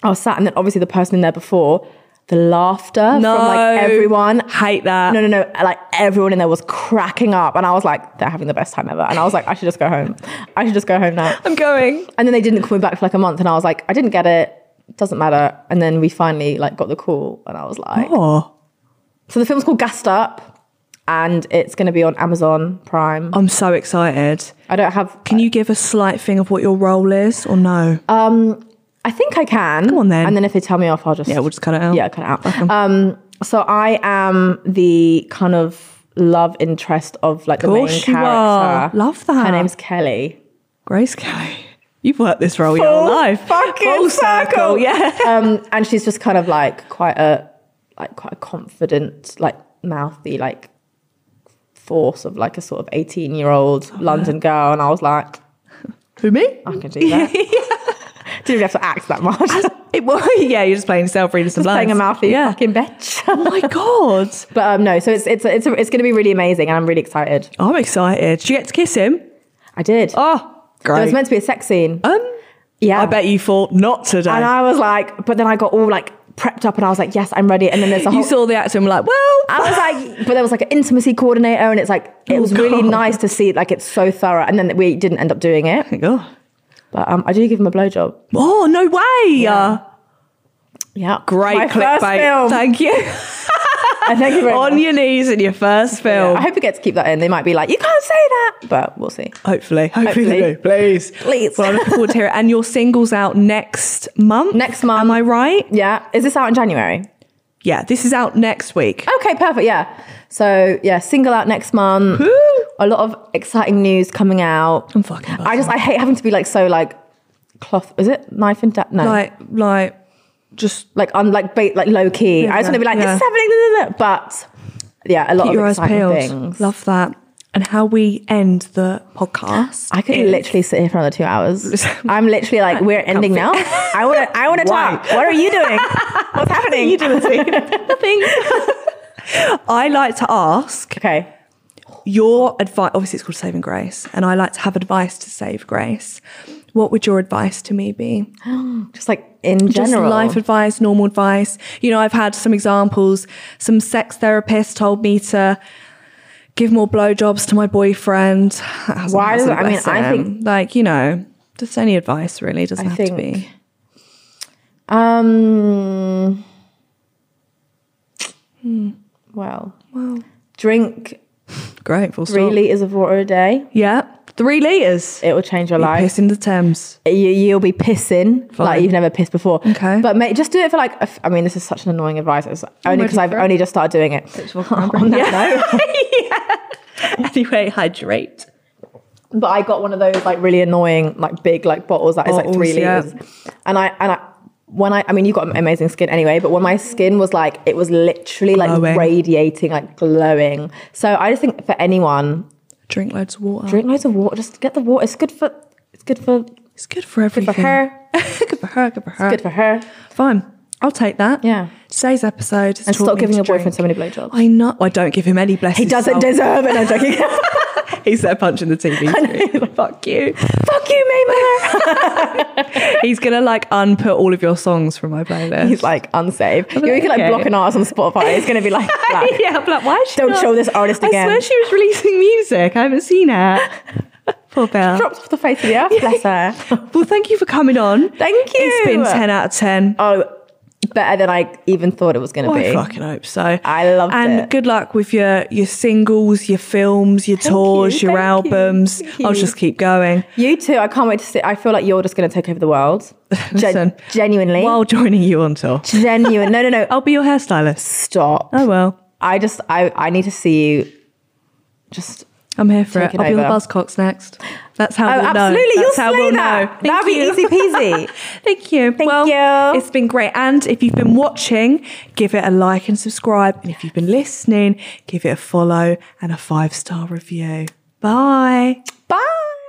Speaker 2: I was sat, and then obviously the person in there before, the laughter
Speaker 1: No.
Speaker 2: from like everyone.
Speaker 1: Hate that.
Speaker 2: No, no, no. Like everyone in there was cracking up, and I was like, they're having the best time ever. And I was like, I should just go home. I should just go home now.
Speaker 1: I'm going.
Speaker 2: And then they didn't call me back for like a month, and I was like, I didn't get it. Doesn't matter. And then we finally like got the call, and I was like,
Speaker 1: Oh,
Speaker 2: so the film's called Gassed Up, and it's going to be on Amazon Prime.
Speaker 1: I'm so excited.
Speaker 2: I don't have.
Speaker 1: Can you give a slight thing of what your role is or no?
Speaker 2: Uh, I think I can. Come
Speaker 1: on then.
Speaker 2: And then if they tell me off, I'll just
Speaker 1: yeah, we'll just cut it out.
Speaker 2: yeah cut it out. Um, so I am the kind of love interest of like the main
Speaker 1: course
Speaker 2: character.
Speaker 1: you are. Love that.
Speaker 2: Her name's Kelly.
Speaker 1: Grace Kelly. You've worked this role your
Speaker 2: Full
Speaker 1: life.
Speaker 2: fucking
Speaker 1: Full
Speaker 2: circle.
Speaker 1: Yeah.
Speaker 2: um, and she's just kind of like quite a like quite a confident, like mouthy, like force of like a sort of eighteen year
Speaker 1: Oh,
Speaker 2: old London girl. And I was like,
Speaker 1: Who me?
Speaker 2: I can do that. Didn't really have to act that much.
Speaker 1: It was. Yeah, you're just playing yourself, reading some
Speaker 2: Just
Speaker 1: lines.
Speaker 2: playing a mouthy
Speaker 1: Yeah.
Speaker 2: fucking bitch.
Speaker 1: Oh my god.
Speaker 2: but um, no, so it's it's it's it's going to be really amazing, and I'm really excited.
Speaker 1: I'm excited. Did you get to kiss him?
Speaker 2: I did.
Speaker 1: Oh,
Speaker 2: it
Speaker 1: great.
Speaker 2: was meant to be a sex scene.
Speaker 1: um,
Speaker 2: yeah,
Speaker 1: I bet you thought not today.
Speaker 2: And I was like, but then I got all like prepped up, and I was like, yes, I'm ready. And then there's a whole
Speaker 1: you saw the actor and were like, well,
Speaker 2: I was like, but there was like an intimacy coordinator, and it's like it was really
Speaker 1: Oh, God.
Speaker 2: nice to see. Like it's so thorough, and then we didn't end up doing it.
Speaker 1: oh,
Speaker 2: But um, I do give him a blowjob.
Speaker 1: oh no way. Uh,
Speaker 2: Yeah,
Speaker 1: great
Speaker 2: My
Speaker 1: clickbait.
Speaker 2: First film.
Speaker 1: Thank you.
Speaker 2: I thank you very
Speaker 1: On
Speaker 2: much.
Speaker 1: your knees in your first film.
Speaker 2: Yeah, I hope we get to keep that in. They might be like, you can't say that, but we'll see.
Speaker 1: Hopefully, hopefully, they
Speaker 2: Hopefully.
Speaker 1: do. Please,
Speaker 2: Please.
Speaker 1: Well, I'm looking forward to hearing. it. And your single's out next month.
Speaker 2: Next month.
Speaker 1: am I right?
Speaker 2: Yeah, is this out in January?
Speaker 1: Yeah, this is out next week.
Speaker 2: Okay, perfect. Yeah. So yeah, single out next month. A lot of exciting news coming out.
Speaker 1: I'm fucking.
Speaker 2: I just I hate having to be like so like cloth. Is it knife and da- no?
Speaker 1: like, like, just
Speaker 2: like un like ba- like low key. I just want to be like,
Speaker 1: Yeah.
Speaker 2: this is happening, blah, blah, blah. but yeah, a lot
Speaker 1: keep your
Speaker 2: of
Speaker 1: eyes
Speaker 2: exciting
Speaker 1: peeled.
Speaker 2: things.
Speaker 1: Love that. And how we end the podcast.
Speaker 2: I could
Speaker 1: is-
Speaker 2: literally sit here for another two hours. I'm literally like, we're ending now. I want to. I want to
Speaker 1: Why?
Speaker 2: talk. What are you doing? What's happening? you doing nothing.
Speaker 1: I like to ask
Speaker 2: Okay.
Speaker 1: your advice. Obviously, it's called Saving Grace, and I like to have advice to save grace. What would your advice to me be?
Speaker 2: Just like in general,
Speaker 1: Just life advice, normal advice. You know, I've had some examples. Some sex therapist told me to give more blowjobs to my boyfriend. That hasn't-
Speaker 2: Why does-
Speaker 1: hasn't
Speaker 2: I mean,
Speaker 1: blessed
Speaker 2: I
Speaker 1: him. like you know, just any advice really doesn't
Speaker 2: I
Speaker 1: have to
Speaker 2: think-
Speaker 1: be.
Speaker 2: Um.
Speaker 1: Hmm.
Speaker 2: Well, drink
Speaker 1: Great, full stop.
Speaker 2: three liters of water a day.
Speaker 1: Yeah, three liters.
Speaker 2: It will change your life.
Speaker 1: Piss in the Thames.
Speaker 2: you, you'll be pissing like you've never pissed before.
Speaker 1: Okay. Oh
Speaker 2: But mate, just do it for like, a f- I mean, this is such an annoying advice. It's only
Speaker 1: ready
Speaker 2: because I've
Speaker 1: for it.
Speaker 2: only just started doing it. On that note.
Speaker 1: Anyway, hydrate.
Speaker 2: but I got one of those like really annoying, like big, like bottles that is like three
Speaker 1: Bottles, yeah.
Speaker 2: liters. And I, and I, when I, I mean, you got amazing skin anyway, but when my skin was like, it was literally
Speaker 1: Glowing.
Speaker 2: like radiating, like glowing. So I just think for anyone,
Speaker 1: Drink loads of water.
Speaker 2: drink loads of water, just get the water. It's good for, it's good for,
Speaker 1: It's good for
Speaker 2: good
Speaker 1: everything.
Speaker 2: for her,
Speaker 1: good for her. Good for her.
Speaker 2: good for her.
Speaker 1: Fine. I'll take that.
Speaker 2: Yeah.
Speaker 1: Today's episode is
Speaker 2: And
Speaker 1: taught
Speaker 2: stop
Speaker 1: me
Speaker 2: giving
Speaker 1: to
Speaker 2: your boyfriend
Speaker 1: drink.
Speaker 2: so many blowjobs.
Speaker 1: I know. I don't give him any blessings.
Speaker 2: He doesn't deserve it. I'm joking.
Speaker 1: He's there punching the TV screen. Fuck you.
Speaker 2: Fuck you, Maymer.
Speaker 1: He's gonna like unput all of your songs from my playlist.
Speaker 2: He's like unsafe. You know, you can like
Speaker 1: okay.
Speaker 2: block an artist on Spotify. It's gonna be like black.
Speaker 1: yeah, I'm like, why is she
Speaker 2: Don't
Speaker 1: not-
Speaker 2: show this artist again.
Speaker 1: I swear she was releasing music. I haven't seen it. Poor Belle.
Speaker 2: dropped off the face of the earth. Bless her.
Speaker 1: Well, thank you for coming on.
Speaker 2: Thank you.
Speaker 1: It's been ten out of ten.
Speaker 2: Oh, better than I even thought it was gonna be.
Speaker 1: I fucking hope so.
Speaker 2: I loved
Speaker 1: and
Speaker 2: it.
Speaker 1: good luck with your your singles, your films, your tours,
Speaker 2: you,
Speaker 1: your
Speaker 2: thank you,
Speaker 1: albums.
Speaker 2: thank you.
Speaker 1: I'll just keep going.
Speaker 2: You too. I can't wait to see. I feel like you're just gonna take over the world. Gen-
Speaker 1: Listen,
Speaker 2: genuinely.
Speaker 1: While joining you on tour,
Speaker 2: genuine. No, no, no.
Speaker 1: I'll be your hairstylist.
Speaker 2: Stop.
Speaker 1: Oh well,
Speaker 2: I just. I. I need to see you. Just.
Speaker 1: I'm here for
Speaker 2: Take
Speaker 1: it.
Speaker 2: it
Speaker 1: I'll be on the
Speaker 2: over.
Speaker 1: Buzzcocks next. That's how
Speaker 2: Oh,
Speaker 1: we'll know.
Speaker 2: absolutely. You'll
Speaker 1: That's how
Speaker 2: slay
Speaker 1: we'll know.
Speaker 2: that.
Speaker 1: Thank
Speaker 2: That'll be
Speaker 1: you.
Speaker 2: easy peasy.
Speaker 1: Thank you.
Speaker 2: Thank
Speaker 1: well,
Speaker 2: you.
Speaker 1: It's been great. And if you've been watching, give it a like and subscribe. And if you've been listening, give it a follow and a five star review. Bye.
Speaker 2: Bye.